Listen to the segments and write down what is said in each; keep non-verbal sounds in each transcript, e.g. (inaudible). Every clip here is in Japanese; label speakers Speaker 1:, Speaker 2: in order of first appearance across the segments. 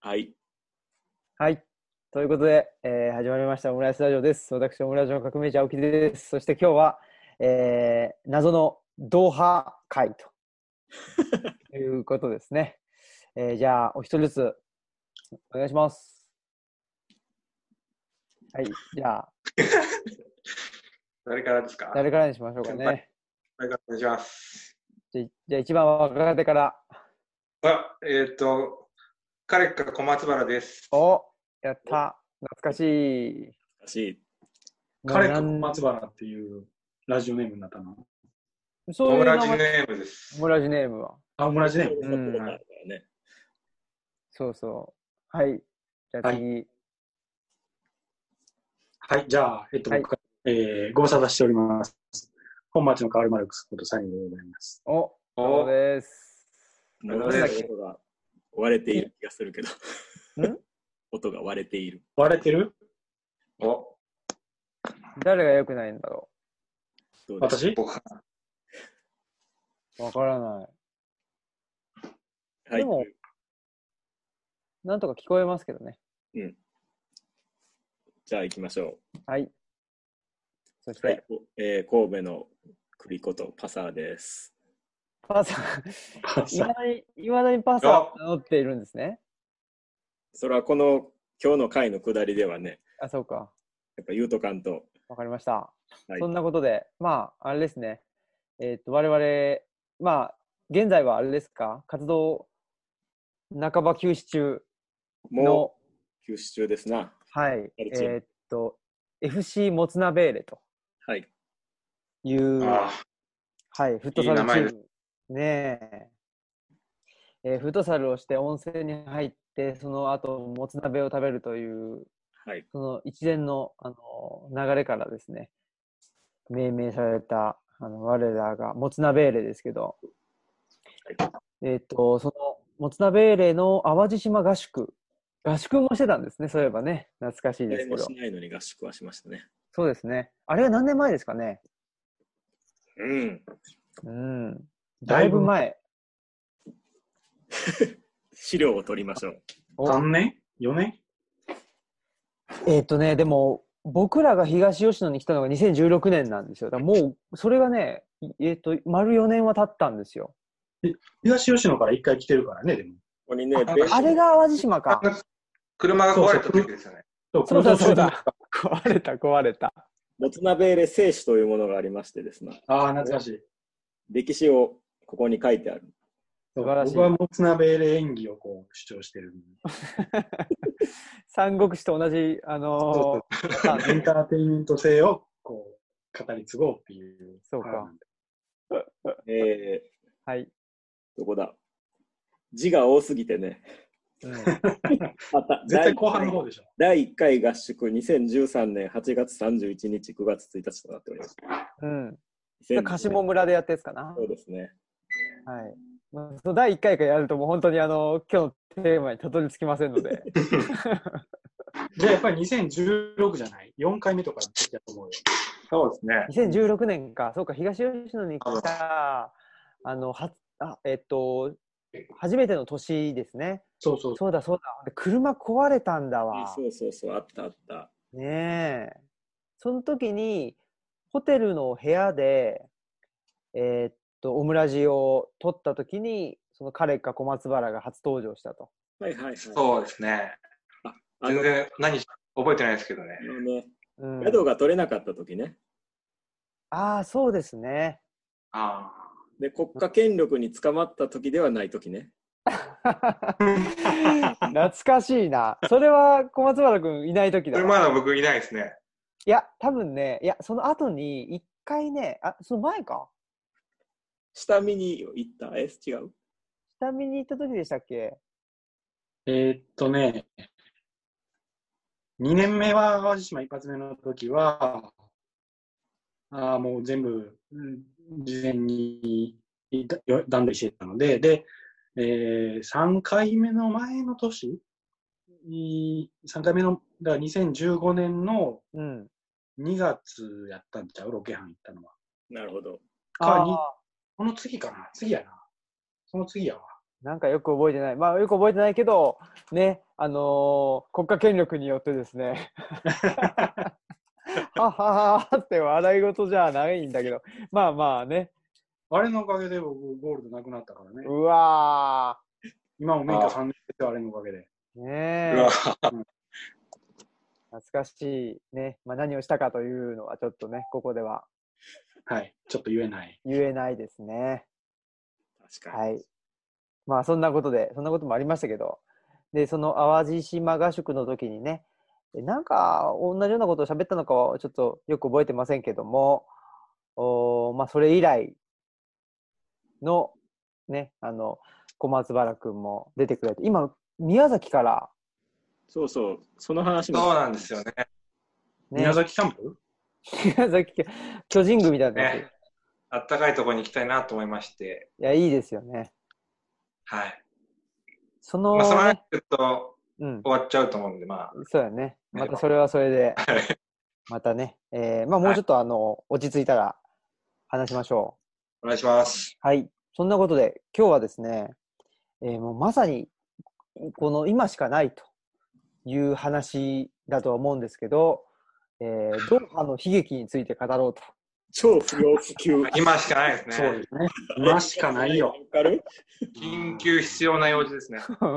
Speaker 1: はい。
Speaker 2: はい。ということで、えー始まりましたオムライスラジオです。私、オムライスの革命者、青木です。そして今日は、えー謎のドーハ会
Speaker 3: (laughs)
Speaker 2: ということですね。えーじゃあ、お一人ずつお願いします。はい。じゃあ、
Speaker 3: 誰からですか
Speaker 2: 誰からにしましょうかね。
Speaker 3: 誰からお願いします。
Speaker 2: じゃあ、じゃあ一番若手から。
Speaker 3: あ、えっ、と、彼か小松原です。
Speaker 2: おやった。懐かしい。
Speaker 1: 難しい。
Speaker 4: 彼か
Speaker 2: もうなん
Speaker 4: 松原っていうラジオネームになったな。
Speaker 2: そう
Speaker 3: オ
Speaker 2: いう
Speaker 3: ム
Speaker 2: 名
Speaker 3: ラジ
Speaker 2: 前
Speaker 3: ネームです。
Speaker 2: オムラジネームは。
Speaker 4: あ、オムラジネーム。
Speaker 2: うん
Speaker 1: だからね。
Speaker 2: そうそう。はい。じゃあ次。
Speaker 4: はい、じゃあ、えっと、
Speaker 2: はい
Speaker 4: 僕から、えー、ご無沙汰しております。本町のカール・マルクスことサインでございます。
Speaker 2: おそう
Speaker 3: お
Speaker 2: です。
Speaker 1: なんか音が割れている気がするけど。
Speaker 2: ん
Speaker 1: 音が割れている。
Speaker 4: 割れてる
Speaker 3: お、
Speaker 2: 誰が良くないんだろ
Speaker 1: どうでしょ
Speaker 4: 私
Speaker 3: 僕か
Speaker 2: うわからない。
Speaker 1: うはい。
Speaker 2: でもなんとか聞こえますけどね。
Speaker 1: じゃあ行きましょ
Speaker 2: はい。そし
Speaker 1: う。
Speaker 2: て、
Speaker 1: はい。おえー神戸の栗ことパサーです。
Speaker 2: パーサー、
Speaker 4: パ
Speaker 2: い
Speaker 4: サ
Speaker 2: ま
Speaker 4: (laughs) ー
Speaker 2: だに、いまだにパーサー名乗っているんですね。
Speaker 1: それはこの今日の回の下りではね、
Speaker 2: あ、そうか。
Speaker 1: やっぱ言うとかんと。
Speaker 2: わかりました。
Speaker 1: はい
Speaker 2: そんなことで、まあ、あれですね。えっと、我々、まあ、現在はあれですか活動、半ば休止中の
Speaker 1: も、う休止中ですな。
Speaker 2: はい。
Speaker 1: やるチーム
Speaker 2: えっと、FC モツナベーレと
Speaker 1: はい。
Speaker 2: いう、
Speaker 3: あ
Speaker 2: はい、フットサルチ
Speaker 3: いい名前
Speaker 2: ー
Speaker 3: で
Speaker 2: ム。ねええーフットサルをして温泉に入って、その後、もつ鍋を食べるという、
Speaker 1: はい。
Speaker 2: その一連の、あの流れからですね、命名された、あの我らが、もつ鍋ーレですけど、えっ、と、その、もつ鍋ーレの淡路島合宿、合宿もしてたんですね、そういえばね、懐かしいで
Speaker 1: 誰
Speaker 2: すけ
Speaker 1: も
Speaker 2: ど
Speaker 1: し。ないのに合宿はしましたね。
Speaker 2: そうですね。あれは何年前ですかね。
Speaker 1: うん。
Speaker 2: うん。だいぶ前。
Speaker 1: 資料を取りましょう。
Speaker 2: お
Speaker 4: 3年 ?4 年
Speaker 2: えーっとね、でも、僕らが東吉野に来たのが2016年なんですよ。だからもう、それがね、いえーっと、丸4年は経ったんですよ。
Speaker 4: 東吉野から1回来てるからね、でも。
Speaker 1: ここにね、
Speaker 3: あ
Speaker 1: ベンチ
Speaker 2: あれが淡路島か。
Speaker 3: 車が壊れた時ですよね。
Speaker 4: そう
Speaker 2: そうだ
Speaker 4: この年
Speaker 2: そうだ。壊れた、壊れた。
Speaker 1: もつ鍋レ製紙というものがありましてですね、
Speaker 4: ああ、懐かしい。
Speaker 1: 歴史をここに書いてある。
Speaker 2: 素晴らしい
Speaker 4: 僕はもつ鍋で演技をこう主張してる。
Speaker 2: 三国志と同じ、あのーパタ
Speaker 4: エ
Speaker 2: ーン
Speaker 4: ンターテインメント性をこう語り継ごうっていう。
Speaker 2: そうか
Speaker 1: えー、
Speaker 2: はい。
Speaker 1: どこだ字が多すぎてね、
Speaker 2: (laughs) うん
Speaker 1: また
Speaker 4: 絶対後半の方でしょ。
Speaker 1: 第1回合宿2013年8月31日、9月1日となっております。。
Speaker 2: うんそれ
Speaker 1: 2013
Speaker 2: 鹿島村でやったやつかな。は
Speaker 1: そうですね。
Speaker 2: い。まあその第1回からやるともう本当にあの、今日のテーマにたどり着きませんので。
Speaker 4: じゃあやっぱり2016じゃない ?4 回目とかだと思うよ。
Speaker 3: そうですね。
Speaker 2: 2016年か、そうか、東吉野に来た、あの、はあえっと、初めての年ですね。
Speaker 4: そうそうそ
Speaker 2: そうだそうだ。で車壊れたんだわ。
Speaker 1: そうそうそう、あったあった。
Speaker 2: ねえ。その時に、ホテルの部屋で、えっと、オムラジを撮った時に、その彼か小松原が初登場したと。
Speaker 1: はいはいはい。
Speaker 3: そうですね。
Speaker 1: あの
Speaker 3: 全
Speaker 1: あ
Speaker 3: 然何し覚えてないですけどね。
Speaker 1: のね、
Speaker 2: うん、
Speaker 1: 宿が取れなかった時ね。
Speaker 2: ああ、そうですね。
Speaker 1: (laughs)
Speaker 3: あ
Speaker 1: で、国家権力に捕まった時ではない時ね。
Speaker 2: 懐かしいな。それは小松原君いない時
Speaker 3: あ。
Speaker 2: だ
Speaker 3: これ
Speaker 2: わ。
Speaker 3: まだ僕いないですね。
Speaker 2: いや、多分ね、いや、その後に、一回ね、あ、その前か。
Speaker 1: 下見に行った。え、違う
Speaker 2: 下見に行った時でしたっけ
Speaker 4: う。えーっとね、2年目は淡路島一発目の時は、あーもう全部、うん事前にだよ段取りしてたので、で、え3回目の前の年に、3回目の、だから2015年の
Speaker 2: うん。
Speaker 4: 2月やったんちゃうロケハン行ったのは。
Speaker 1: なるほど。
Speaker 4: かに
Speaker 2: あ
Speaker 4: この次かな次やな。その次やわ。
Speaker 2: ーなんかよく覚えてない。まあ、よく覚えてないけど、ね、あのー国家権力によってです
Speaker 3: (laughs)
Speaker 2: ね、はははって笑い事じゃないんだけど、まあまあね、
Speaker 4: あれのおかげで僕、ゴールドなくなったからね。
Speaker 2: うわ
Speaker 4: 今も免許3年ですよ、あれのおかげで。
Speaker 2: ー、ね
Speaker 3: う
Speaker 2: え
Speaker 3: (laughs) わ、
Speaker 2: 懐かしいね、まあ、何をしたかというのはちょっとね、ここでは
Speaker 4: はい。ちょっと言えない。
Speaker 2: 言えないですね。
Speaker 1: 確か
Speaker 2: は
Speaker 1: に。
Speaker 2: い。まあそんなことで、そんなこともありましたけど、で、その淡路島合宿の時にね、えなんか同じようなことを喋ったのかはちょっとよく覚えてませんけども、おーまあそれ以来のね、あの、小松原くんも出てくれて、今、宮崎から、
Speaker 1: そうそう、その話も。
Speaker 3: そうなんですよね。
Speaker 2: ね、
Speaker 4: 宮崎キャンプ
Speaker 2: (laughs) 宮崎県巨人軍みたいな、
Speaker 3: ね。あったかいところに行きたいなと思いまして、
Speaker 2: いや、いいですよね。
Speaker 3: はい。
Speaker 2: その、
Speaker 3: まあ、その話
Speaker 2: ね
Speaker 3: すると
Speaker 2: うん、
Speaker 3: 終わっちゃうと思うんで、まあ、
Speaker 2: そうだね。またそれはそれで。またね、えーまあもうちょっとあの、落ち着いたら話しましょ
Speaker 3: お願いします。
Speaker 2: う。はい。そんなことで、今日はですね、えーもうまさに、この今しかないという話だとは思うんですけど、えードーハの悲劇について語ろうと。
Speaker 1: 超不要不急。
Speaker 3: 今しかないですね。
Speaker 4: (laughs) そうですね。今しかないよ。
Speaker 1: わかる
Speaker 3: 緊急必要な用事ですね。
Speaker 2: (laughs)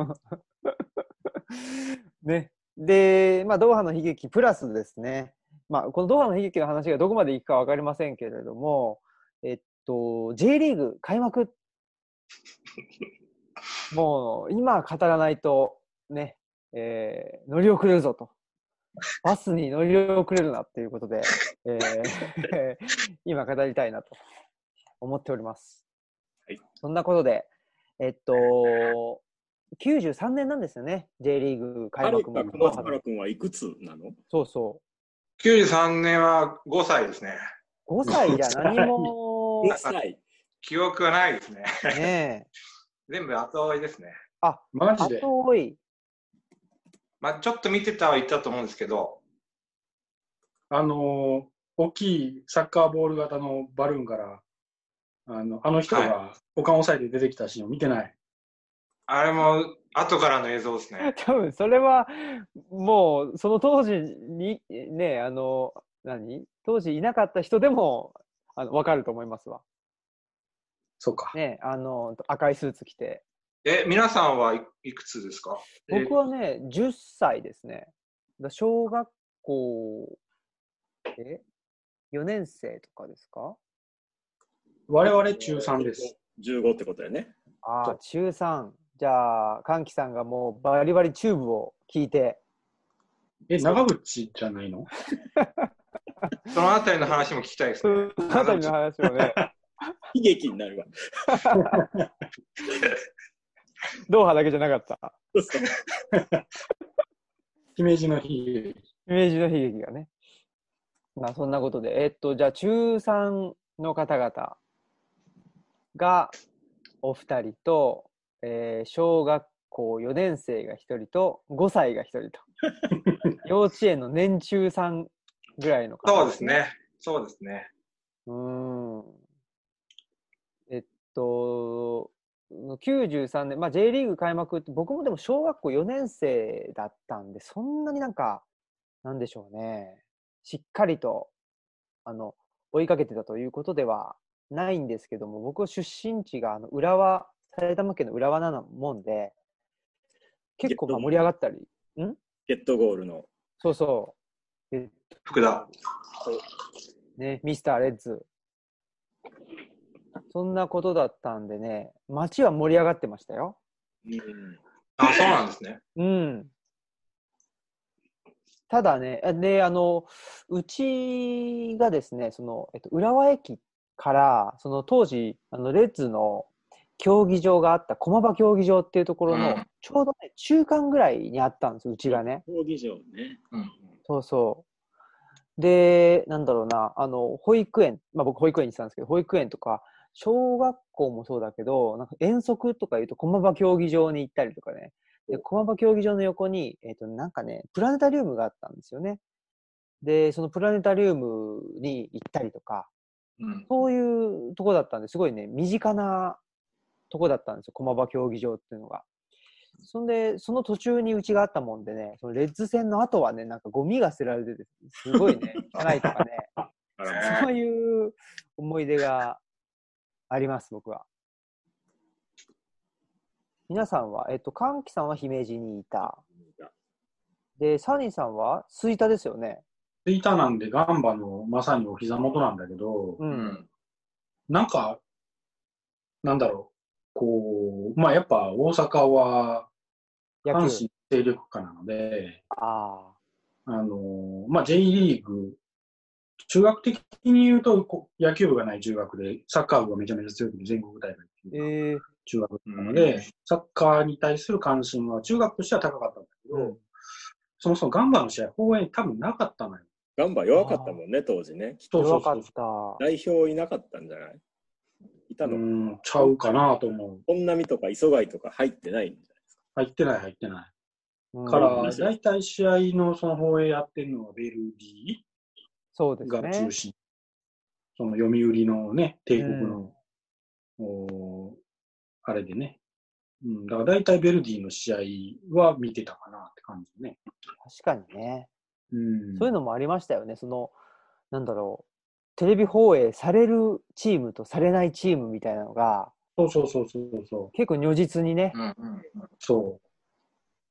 Speaker 2: ね。で、まあ、ドーハの悲劇プラスですね、まあ、このドーハの悲劇の話がどこまでいくか分かりませんけれども、えっと、J リーグ開幕。もう、今語らないと、ね、えー乗り遅れるぞと。バスに乗り遅れるなっていうことで、え
Speaker 1: (laughs)
Speaker 2: ー今語りたいなと思っております。
Speaker 1: はい
Speaker 2: そんなことで、えっと、93年なんですよね、J リーグ開
Speaker 1: はる
Speaker 2: 幕
Speaker 1: か
Speaker 2: も。
Speaker 1: 小松原君はいくつなの
Speaker 2: そうそ
Speaker 3: 93年は5歳ですね。
Speaker 2: う。5歳じゃ何も
Speaker 1: ?5 歳。
Speaker 3: 記憶はないですね。
Speaker 2: ねえ。
Speaker 3: 全部後追いですね。
Speaker 4: マジで。
Speaker 2: 後追い。
Speaker 3: まあ、ちょっと見てたはいたと思うんですけど、
Speaker 4: あのー大きいサッカーボール型のバルーンから、あのあの人が股間押さえて出てきたシーンを見てない。
Speaker 3: あれも後からの映像ですね。
Speaker 2: (laughs) 多分それは、もう、その当時に、ねえ、あの、何当時いなかった人でも、あの、わかると思いますわ。
Speaker 4: そうか。
Speaker 2: ねえ、あの、赤いスーツ着て。
Speaker 3: え、皆さんはいいくつですか
Speaker 2: 僕はね、10歳ですね。だ小学校、え ?4 年生とかですか
Speaker 4: 我々中3です。。
Speaker 1: 15ってことやね。
Speaker 2: あ
Speaker 4: そ
Speaker 2: あ、
Speaker 4: う
Speaker 2: 中3。じゃあ、かんきさんがもうバリバリチューブを聞いて、
Speaker 4: え、長渕じゃないの
Speaker 3: そのあたりの話も聞きたいです
Speaker 2: そ
Speaker 3: ね
Speaker 2: の。あたりの話をね、
Speaker 1: 悲劇になるわ。
Speaker 2: ドーハだけじゃなかった。
Speaker 4: 姫路の日。
Speaker 2: イメージの悲劇がね。まあ、そんなことで、えっと、じゃあ、中3の方々がお二人と、えー小学校4年生が1人と、5歳が1人と。
Speaker 3: (laughs)
Speaker 2: 幼稚園の年中さんぐらいの方、
Speaker 3: そうです。ね。そうですね。
Speaker 2: うーん。えっと、93年、まあ、J リーグ開幕って、僕もでも小学校4年生だったんで、そんなになんか、なんでしょうね、しっかりと、あの、追いかけてたということではないんですけども、僕出身地が、あの、浦和、埼玉県の浦和なもんで、結構まあ盛り上がったり、
Speaker 1: ゲットゴールの。
Speaker 2: そうそう、え
Speaker 3: 福田。
Speaker 2: ね、ミスターレッズ。そんなことだったんでね、街は盛り上がってましたよ。
Speaker 1: うん。
Speaker 3: あ、そうなんですね。
Speaker 2: うん。ただね、あで、あの、うちがですね、その、えっと、浦和駅から、その当時、あの、レッズの競技場があった駒場競技場っていうところの
Speaker 3: うん、
Speaker 2: ちょうどね、中間ぐらいにあったんですよ、うちがね。
Speaker 1: 競技場ね。
Speaker 3: うん。
Speaker 2: そうそう。で、なんだろうな、あの、保育園、まあ僕保育園にしてたんですけど、保育園とか、小学校もそうだけど、なんか遠足とか言うと駒場競技場に行ったりとかね。で、駒場競技場の横に、えっ、と、なんかね、プラネタリウムがあったんですよね。で、そのプラネタリウムに行ったりとか、
Speaker 3: うん。
Speaker 2: そういうとこだったんですごいね、身近なとこだったんですよ、駒場競技場っていうのが。そんで、その途中にうちがあったもんでね、そのレッズ戦の後はね、なんかゴミが捨てられてて、すごい
Speaker 4: (laughs)
Speaker 2: ね、汚いとかね、
Speaker 3: あら
Speaker 2: そういう思い出があります、僕は。皆さんは、えっと、かんきさんは姫路にいた。で、サニーさんは吹田ですよね。
Speaker 4: ツイッターなんでガンバのまさにお膝元なんだけど、
Speaker 2: う。
Speaker 3: うんん。
Speaker 4: なんか、なんだろう。こう、まあやっぱ大阪は
Speaker 2: 野
Speaker 4: 阪
Speaker 2: 球。
Speaker 4: 神勢力下なので、
Speaker 2: ああ。
Speaker 4: あの、まあ J リーグ、中学的に言うとこう野球部がない中学で、サッカー部がめちゃめちゃ強くて全国大会って
Speaker 2: え
Speaker 4: いう
Speaker 2: え
Speaker 4: 中学なので、サッカーに対する関心は中学としては高かったんだけど、
Speaker 2: うん
Speaker 4: そもそもガンバの試合、応援多分なかったのよ。
Speaker 1: ガンバ弱かったもんね、当時ね。
Speaker 4: そうそ
Speaker 2: 弱
Speaker 4: うそ
Speaker 2: か
Speaker 4: う
Speaker 2: った。
Speaker 1: 代表いなかったんじゃないいた
Speaker 4: う
Speaker 1: の、
Speaker 4: ん、ちゃうかなと思う。
Speaker 1: 本並とか磯貝とか入ってないんじ
Speaker 4: 入ってない、入ってない。
Speaker 2: うん
Speaker 4: か
Speaker 1: う
Speaker 4: ら、
Speaker 1: ん
Speaker 4: 大体試合のその放映やってるのはベルデ
Speaker 2: そうで
Speaker 4: ィ
Speaker 2: す
Speaker 4: が
Speaker 2: ね
Speaker 4: 中。心。その読売のね、帝国の、おーあれでね。うん、だから大体ベルディの試合は見てたかなって感じね。
Speaker 2: 確かにね。
Speaker 4: うん。
Speaker 2: そういうのもありましたよね。その、なんだろう。テレビ放映されるチームとされないチームみたいなのが、
Speaker 4: そうそうそうそうそう。
Speaker 2: 結構如実にね、
Speaker 3: うんうん
Speaker 4: そ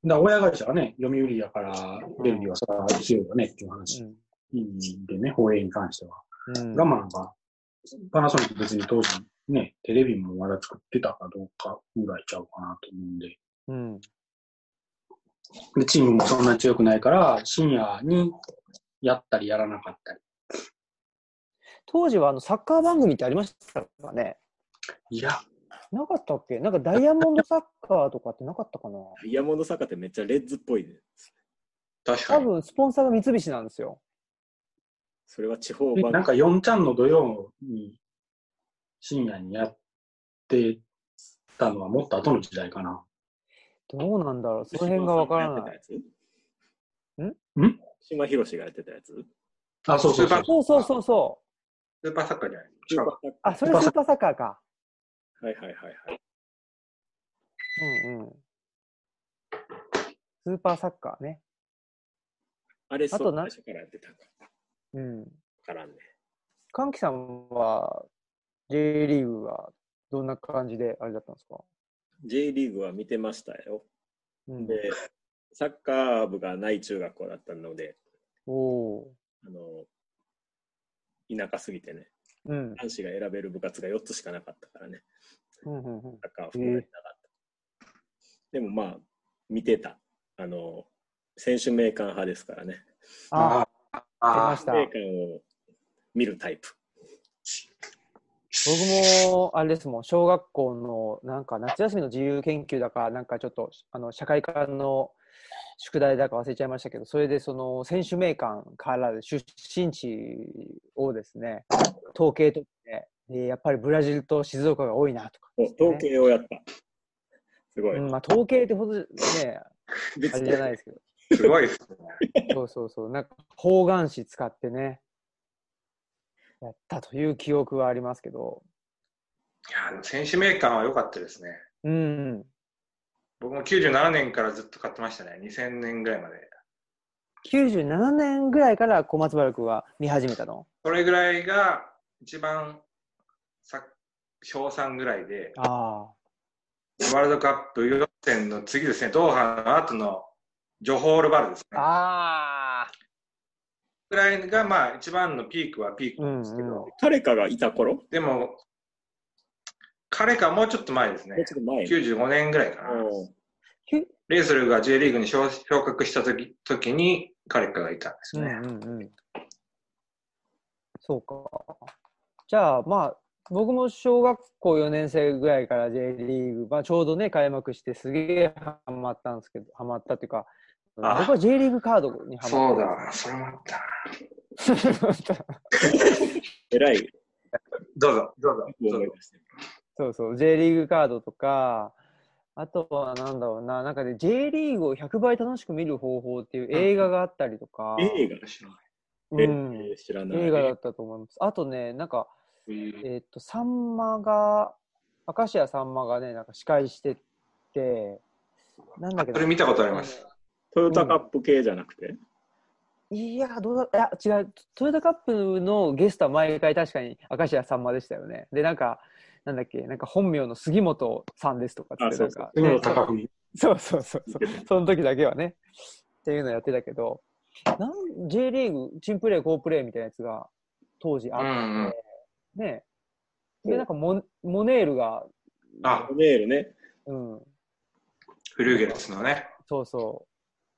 Speaker 4: う。だから親会社はね、読売やから、ベルディはさ、強いよねっていう話
Speaker 2: うん
Speaker 4: でね、放映に関しては。
Speaker 2: うん
Speaker 4: ガンマなんか、パナソニック別に当時、ね、テレビもまだ作ってたかどうかぐらいちゃうかなと思うんで。
Speaker 2: うん、
Speaker 4: で、チームもそんなに強くないから、深夜にやったりやらなかったり。
Speaker 2: 当時はあのサッカー番組ってありましたかね
Speaker 4: いや、
Speaker 2: なかったっけなんかダイヤモンドサッカーとかってなかったか (laughs) な
Speaker 1: ゃないダイヤモンド坂ってめっちゃレッズっぽいね。
Speaker 3: 確か
Speaker 2: 多
Speaker 3: に。
Speaker 2: 分スポンサーが三菱なんですよ。
Speaker 1: それは地方
Speaker 4: で
Speaker 1: 版。
Speaker 4: なんか4ちゃんの土曜に、深夜にやってたのはもっと後の時代かな。
Speaker 2: どうなんだろうその辺がわからない。
Speaker 1: ん
Speaker 4: ん
Speaker 1: 島広志がやってたやつ
Speaker 4: あ、そうそうそう。
Speaker 2: そうそうそうそう。
Speaker 3: スーパーサッカーじゃない。
Speaker 1: スーパーサッ
Speaker 2: あ、それはスーパーサッカーか。
Speaker 1: カーはいはいはいはい。
Speaker 2: うんうん。スーパーサッカーね。
Speaker 1: あれ、そ
Speaker 2: あと
Speaker 1: う、
Speaker 2: な
Speaker 1: 最初からやってたのか。
Speaker 2: うん。
Speaker 1: わからんね。
Speaker 2: かんきさんは J リーグはどんな感じであれだったんですか、
Speaker 1: J リーグは見てましたよ。
Speaker 2: うん、
Speaker 1: で、サッカー部がない中学校だったので、
Speaker 2: おお
Speaker 1: あの、田舎すぎてね、
Speaker 2: ー。うん。
Speaker 1: 男子が選べる部活が4つしかなかったからね、
Speaker 2: うんうんうん
Speaker 1: サッカーは含めてなかった。でもまあ、見てた。あの、選手名鑑派ですからね。
Speaker 2: あー、出ま
Speaker 4: あ
Speaker 2: し
Speaker 1: 名
Speaker 2: た。
Speaker 1: 鑑を見るタイプ。
Speaker 2: 僕もあれですもん小学校のなんか夏休みの自由研究だかなんかちょっとあの社会科の宿題だか忘れちゃいましたけどそれでその選手名鑑から出身地をですね統計取ってでやっぱりブラジルと静岡が多いなとか、
Speaker 1: お統計をやった。すごい。
Speaker 2: うんまあ、統計ってほどねあ
Speaker 1: (laughs) 別
Speaker 2: れ
Speaker 1: に
Speaker 2: じゃないですけど
Speaker 3: すごいですね。
Speaker 2: そうそうそうなんか方眼紙使ってねやったという記憶はありますけど
Speaker 3: いや、でも選手名鑑は良かったですね。
Speaker 2: うん
Speaker 3: 僕も97年からずっと買ってましたね。2000年ぐらいまで。
Speaker 2: 97年ぐらいから小松原君は見始めたの
Speaker 3: それぐらいが一番さ小3ぐらいで、
Speaker 2: あ
Speaker 3: ワールドカップ予選の次ですね、ドーハの後のジョホールバルですね。
Speaker 2: あ
Speaker 3: ぐらいがまあ一番のピークはピークなんですけど、
Speaker 2: うんう
Speaker 1: 彼かがいた頃
Speaker 3: でも、彼かもうちょっと前ですね
Speaker 1: もう。ちょっと前。
Speaker 3: 95年ぐらいかな。
Speaker 1: うん
Speaker 3: レイソルが J リーグに昇昇格した時時に彼かがいたんです
Speaker 2: うん
Speaker 3: ね。
Speaker 2: うんうんそうかじゃあまあ僕も小学校4年生ぐらいから J リーグ、まあ、ちょうどね開幕してすげえハマったんですけどハマったっていうか
Speaker 3: あ
Speaker 2: 僕は J リーグカードにハ
Speaker 3: そう
Speaker 2: マっ
Speaker 3: だ、それもあった
Speaker 2: (laughs)
Speaker 3: な。
Speaker 2: た
Speaker 1: 偉い
Speaker 3: どうぞ、どうぞ、どう
Speaker 1: 思い
Speaker 3: ぞ。
Speaker 1: 出してる。
Speaker 2: そうそう J リーグカードとかあとはなんだろうななんかで J リーグを100倍楽しく見る方法っていう映画があったりとか、
Speaker 1: 映画
Speaker 2: うん、
Speaker 1: え知らない。
Speaker 2: 映画だったと思います。あとね、なんか、
Speaker 3: うん
Speaker 2: えーっと、さんまが、明石家さんまがね、なんか司会してて、なんだけ
Speaker 3: そ
Speaker 2: ど
Speaker 3: れ見たことあります。
Speaker 1: トヨタカップ系じゃなくて、
Speaker 2: いや、どうだ、いや、違う、トヨタカップのゲストは毎回確かに明石家さんまでしたよね。で、なんか、なんだっけ、なんか本名の杉本さんですとかっ
Speaker 1: あ
Speaker 2: て、
Speaker 1: そう
Speaker 2: な
Speaker 1: んそう
Speaker 2: か、
Speaker 4: 杉
Speaker 2: ね
Speaker 4: 本隆文。
Speaker 2: (laughs) そうそうそうそう
Speaker 1: 見てた、
Speaker 2: その時だけはね、っていうのやってたけど、なん J リーグ、チンプレー、コープレーみたいなやつが当時あっ
Speaker 3: う
Speaker 2: て、
Speaker 3: んうん。
Speaker 2: ね、
Speaker 1: そ
Speaker 2: で、
Speaker 1: う
Speaker 2: なんかモモネールが、
Speaker 3: あ、
Speaker 1: メールね。
Speaker 2: うん、
Speaker 3: フルーゲルスのね。
Speaker 2: そうそう。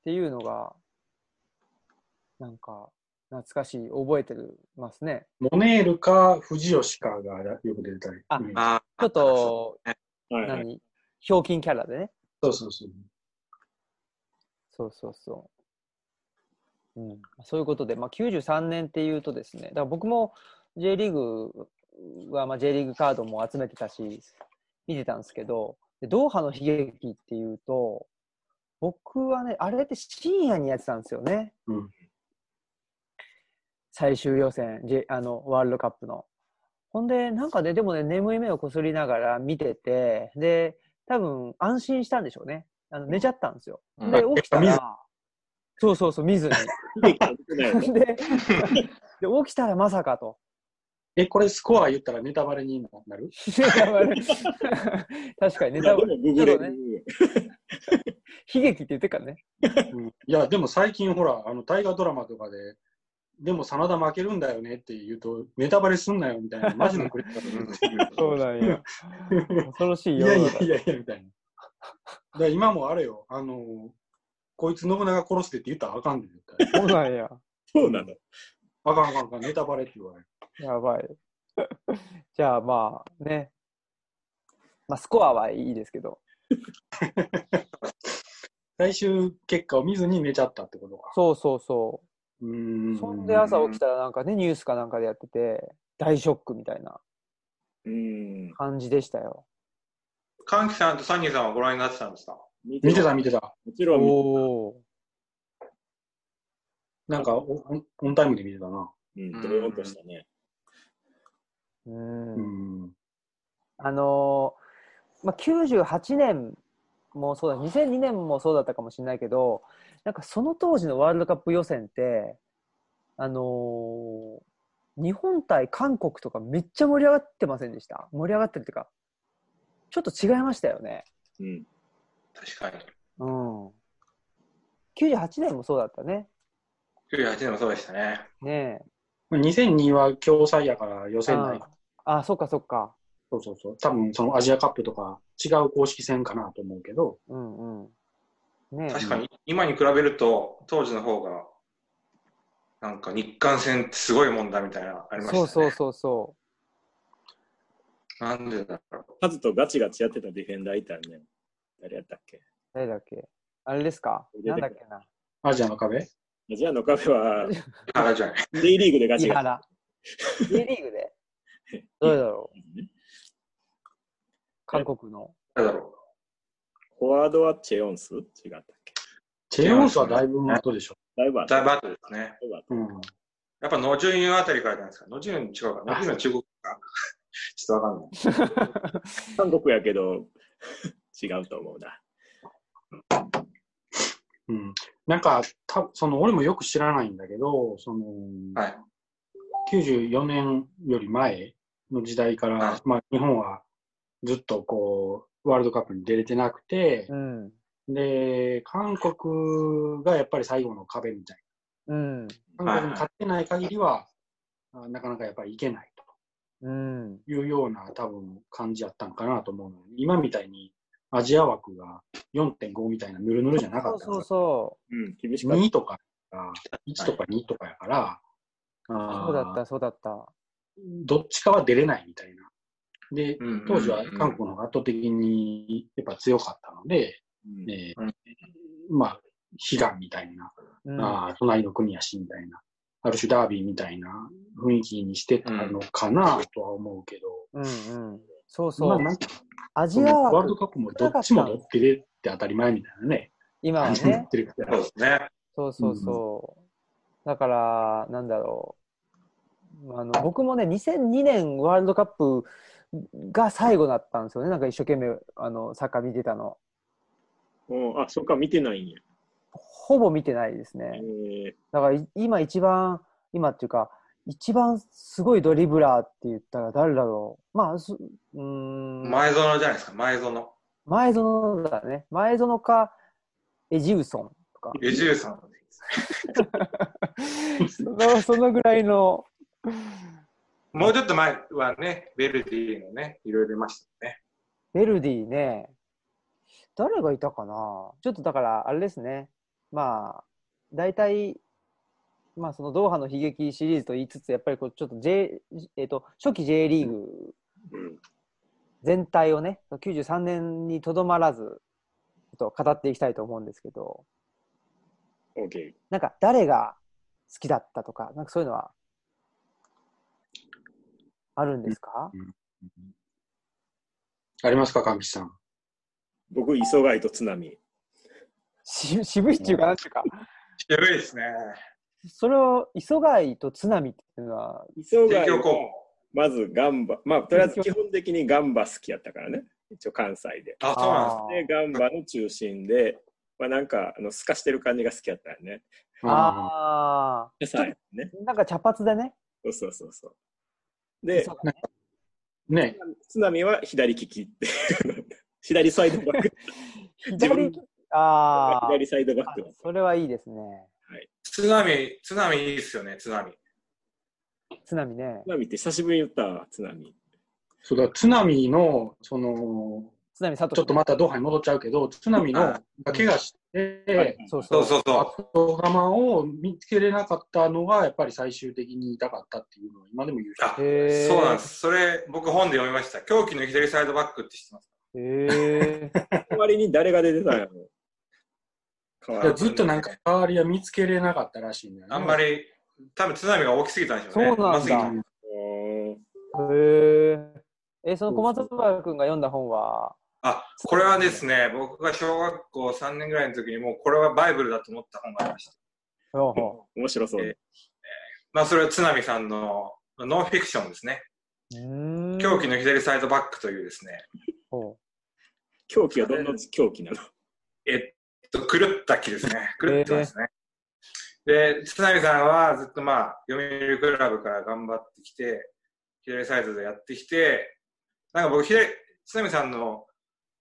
Speaker 2: っていうのが、なんか、懐かしい、覚えてるますね。
Speaker 4: モネールか藤吉かがよく出てたり。
Speaker 2: あ
Speaker 4: うん
Speaker 3: あ
Speaker 2: ちょっと、
Speaker 1: はいはい。
Speaker 2: 何、ひょうきんキャラでね。
Speaker 4: そうそうそう。
Speaker 2: そうそうそう。うん、そういうことで、まあ、93年っていうとですね、だから僕も J リーグは、まあ、J リーグカードも集めてたし、見てたんですけど、でドーハの悲劇っていうと、僕はね、あれって深夜にやってたんですよね。
Speaker 4: うん
Speaker 2: 最終予選、J、あのワールドカップの。ほんで、なんかね、でもね、眠い目をこすりながら見てて、で、多分安心したんでしょうね。あの寝ちゃったんですよ。
Speaker 3: うん
Speaker 2: で、起きた
Speaker 4: 見ず
Speaker 2: ら、そうそうそう、見ずに。
Speaker 1: 見てきたことないよ
Speaker 2: (laughs)
Speaker 1: ね
Speaker 2: でで、起きたらまさかと。 (laughs)
Speaker 4: え、これスコア言ったらネタバレになる
Speaker 2: ネタバレ確かにネ
Speaker 1: いやで
Speaker 2: タバレ。
Speaker 1: もググれ
Speaker 2: ちょっとね
Speaker 1: る
Speaker 2: 悲劇って言ってっからね。
Speaker 4: うんいや、でも最近ほら、あの、大河ドラマとかで、でも真田負けるんだよねって言うと、ネタバレすんなよみたいな、マジのクレ
Speaker 3: う
Speaker 4: ッ
Speaker 3: ん
Speaker 2: そうなんや。恐ろしい
Speaker 4: い
Speaker 2: よ。
Speaker 4: やいやいやいや、みたいな。だから今もあれよ、あの、こいつ信長殺してって言ったらあかんで、絶対。
Speaker 2: そうなんや。
Speaker 1: そうなの。
Speaker 4: あかんあかんあかん、ネタバレって言われる。
Speaker 2: やばい。じゃあまあね。まあスコアはいいですけど。
Speaker 4: 最終結果を見ずに寝ちゃったってことか。
Speaker 2: そうそうそうう。
Speaker 4: ん。
Speaker 2: そんで朝起きたらなんかね、ニュースかなんかでやってて、大ショックみたいな
Speaker 1: うん。
Speaker 2: 感じでしたよ。
Speaker 3: カンキさんとサニーさんはご覧になってたんですか
Speaker 1: 見
Speaker 4: 見てた
Speaker 1: も
Speaker 4: 見てた。
Speaker 1: ち
Speaker 2: お
Speaker 1: ろん見て
Speaker 2: お
Speaker 4: なんかオンオンタイムで見てたな。
Speaker 1: うん、ドヨンとしたね。
Speaker 2: ー。
Speaker 4: う
Speaker 2: うん
Speaker 4: ん。
Speaker 2: あのーまあ、98年もそうだ2002年もそうだったかもしれないけどなんかその当時のワールドカップ予選って、あのー日本対韓国とかめっちゃ盛り上がってませんでした盛り上がってるっていうかちょっと違いましたよね。
Speaker 1: うん。
Speaker 3: 確かに。
Speaker 2: うん、98年もそうだったね。
Speaker 3: 98年もそうでしたね。
Speaker 2: ねえ
Speaker 4: 2002は共催やから予選ない。
Speaker 2: ああそっかそっか。
Speaker 4: そうそうそう。多分そのアジアカップとか違う公式戦かなと思うけど、
Speaker 2: うんうん。ねえ
Speaker 3: 確かに、今に比べると、当時の方が、なんか日韓戦ってすごいもんだみたいな、ありました、ね。
Speaker 2: そうそうそうそう。
Speaker 3: なんでだろ
Speaker 1: カズとガチガチやってたディフェンダーいたよね。誰やったっけ
Speaker 2: 誰だっけあれですか
Speaker 1: 出て
Speaker 2: な
Speaker 1: く
Speaker 2: ん
Speaker 1: る
Speaker 2: だっけな
Speaker 4: アジアの壁
Speaker 1: アジアのカフェは、
Speaker 3: う。井原じゃない。
Speaker 1: D リーグでガチ
Speaker 2: 井
Speaker 1: ガチ。
Speaker 2: 原。J リーグでどれだろう
Speaker 4: (laughs)
Speaker 2: 韓国の。
Speaker 3: 誰だろ
Speaker 1: フォワードはチェヨンス違ったっけ
Speaker 4: チェヨンスはだいぶ後でしょ。
Speaker 1: だいぶあ
Speaker 3: う。
Speaker 1: った
Speaker 3: ザ・バートですね。
Speaker 1: だいぶあった
Speaker 4: うん。
Speaker 3: やっぱ野順あたりからじゃないですか。野順違うか。野順は中国か。ちょっとわかんない。
Speaker 1: 韓国やけど、 (laughs) 違うと思うな。
Speaker 4: うん。なんか、たその俺もよく知らないんだけど、その、
Speaker 3: はい。
Speaker 4: 94年より前の時代から、
Speaker 3: はい
Speaker 4: まあ、日本はずっとこう、ワールドカップに出れてなくて
Speaker 2: う、ん。
Speaker 4: で、韓国がやっぱり最後の壁みたい
Speaker 2: うん。
Speaker 4: な。韓国に勝ってない限りは、あなかなかやっぱりいけない
Speaker 2: うん。
Speaker 4: というような多分感じやったんかなと思うので、今みたいにアジア枠が4.5みたいなぬるぬるじゃなか
Speaker 2: そ
Speaker 4: っ
Speaker 2: う
Speaker 4: た
Speaker 2: そう
Speaker 4: か
Speaker 2: そ
Speaker 1: うん、厳し
Speaker 4: ら、
Speaker 1: かっ
Speaker 4: 2とかが、1とか2とかやから、
Speaker 2: う。
Speaker 4: あー
Speaker 2: そうだった、そうだった。
Speaker 4: どっちかは出れないみたいな。で、
Speaker 3: うん
Speaker 4: 当時は韓国の方が圧倒的にやっぱ強かったので、
Speaker 1: た。
Speaker 4: えー
Speaker 3: うん
Speaker 4: まあ、悲願みたいな、
Speaker 2: うん。
Speaker 4: あー隣の国やしみたいな、ある種ダービーみたいな雰囲気にしてたのかなとは思うけど、
Speaker 2: うんうん。そう
Speaker 4: ま
Speaker 2: そ
Speaker 4: あ
Speaker 2: う。
Speaker 4: なんか
Speaker 2: アジ
Speaker 4: そ
Speaker 2: ア
Speaker 4: のワールド
Speaker 2: 枠、
Speaker 4: カップもどっちもどっちでって当たり前みたいなね、
Speaker 2: 今は
Speaker 4: 感じにな
Speaker 2: ね
Speaker 4: っ。てるから
Speaker 3: そうですね。
Speaker 2: そうそうそう。だから、なんだろう。あの僕もね、2002年ワールドカップが最後だったんですよね。なんか一生懸命あのサッカー見てたの。
Speaker 1: うん、あ、そっか、見てないんや。
Speaker 2: ほぼ見てないです
Speaker 1: え
Speaker 2: ね。
Speaker 1: ー
Speaker 2: だからい今一番、今っていうか、一番すごいドリブラーって言ったら誰だろう。まあ、すうーん。
Speaker 3: 前園じゃないですか、前園。。
Speaker 2: 前園だね。前園か、エジウソンとか
Speaker 3: エジューさん。
Speaker 2: その、そのぐらいの、
Speaker 3: もうちょっと前はね、ベルディのね、いろいろいましたね。
Speaker 2: ベルディね、誰がいたかなちょっとだから、あれですね。まあ、大体、まあ、そのドーハの悲劇シリーズと言いつつ、やっぱりこう、ちょっと J、えっ、と、初期 J リーグ
Speaker 1: うん
Speaker 2: 全体をね、93年にとどまらず、ちょっと語っていきたいと思うんですけど、
Speaker 1: オッケ
Speaker 2: なんか誰が好きだったとか、なんかそういうのはあるんですか、
Speaker 4: ありますか、神木さん。
Speaker 1: ー。僕、磯貝と津波。
Speaker 2: し渋いっていうか、なんていうか、
Speaker 3: 渋いですね。
Speaker 2: それを磯貝と津波っていうのは、
Speaker 1: 磯
Speaker 3: 帝
Speaker 1: 貝
Speaker 3: 京高
Speaker 1: は
Speaker 3: 校。
Speaker 1: まずガンバ、まあ、とりあえず基本的にガンバ好きやったからね、一応関西で。
Speaker 3: あ、そうなんです
Speaker 2: あー
Speaker 1: で、ガンバの中心で、まあ、なんか、あの、透かしてる感じが好きやったよね。
Speaker 2: あ
Speaker 1: 野菜ね。
Speaker 2: ー、なんか茶髪でね。
Speaker 1: そうそうそうそう。で
Speaker 2: 磯、貝
Speaker 4: ね、
Speaker 1: 津波は左利きって (laughs) いう。左サイドバック。自
Speaker 2: 左
Speaker 1: 分
Speaker 2: 利き、あー
Speaker 1: 左サイドバッ
Speaker 2: あ
Speaker 1: クだった。
Speaker 2: それはいいですね。
Speaker 3: 津波、津波いいっすよね、津波。
Speaker 2: 津波ね
Speaker 1: 津。波って久しぶりに言ったわ、津波。
Speaker 4: そうだ、津波の、その、
Speaker 2: 津波さと
Speaker 4: ちょっとまたドーハに戻っちゃうけど、津波の怪我して、
Speaker 2: そうそ。
Speaker 3: そううそうそ
Speaker 4: 後釜を見つけれなかったのが、やっぱり最終的に痛かったっていうのを今でも言う人
Speaker 3: あう。
Speaker 2: へー
Speaker 3: そうなんで。す。それ、僕本で読みました。狂気の左サイドバックって知ってます。
Speaker 2: へー
Speaker 1: 代わりに誰が出てたんやろ変わ
Speaker 4: い
Speaker 1: ら
Speaker 4: や
Speaker 1: ん
Speaker 4: ずっとなんか代わりは見つけれなかったらしいんだよね。
Speaker 3: あんまり、多分津波が大きすぎたんでしょうね。
Speaker 2: そうなんだ
Speaker 3: うすぎた。
Speaker 1: う
Speaker 2: へーえ、その小松原君が読んだ本は、
Speaker 3: あ、これはですね、僕が小学校3年ぐらいの時にもうこれはバイブルだと思った本がありました。
Speaker 2: ほう
Speaker 1: ー
Speaker 2: ほ
Speaker 1: ん面白そう、ね。
Speaker 3: まあそれは津波さんのノンフィクションですね。
Speaker 2: ううーん
Speaker 3: 狂気の左サイドバックというですね、
Speaker 2: ほ
Speaker 1: 狂気はどんな狂気なの
Speaker 3: えっと、狂った気ですね。狂ってますね。で、津波さんはずっとまあ、読売クラブから頑張ってきて、左サイドでやってきて、なんか僕、左、津波さんの、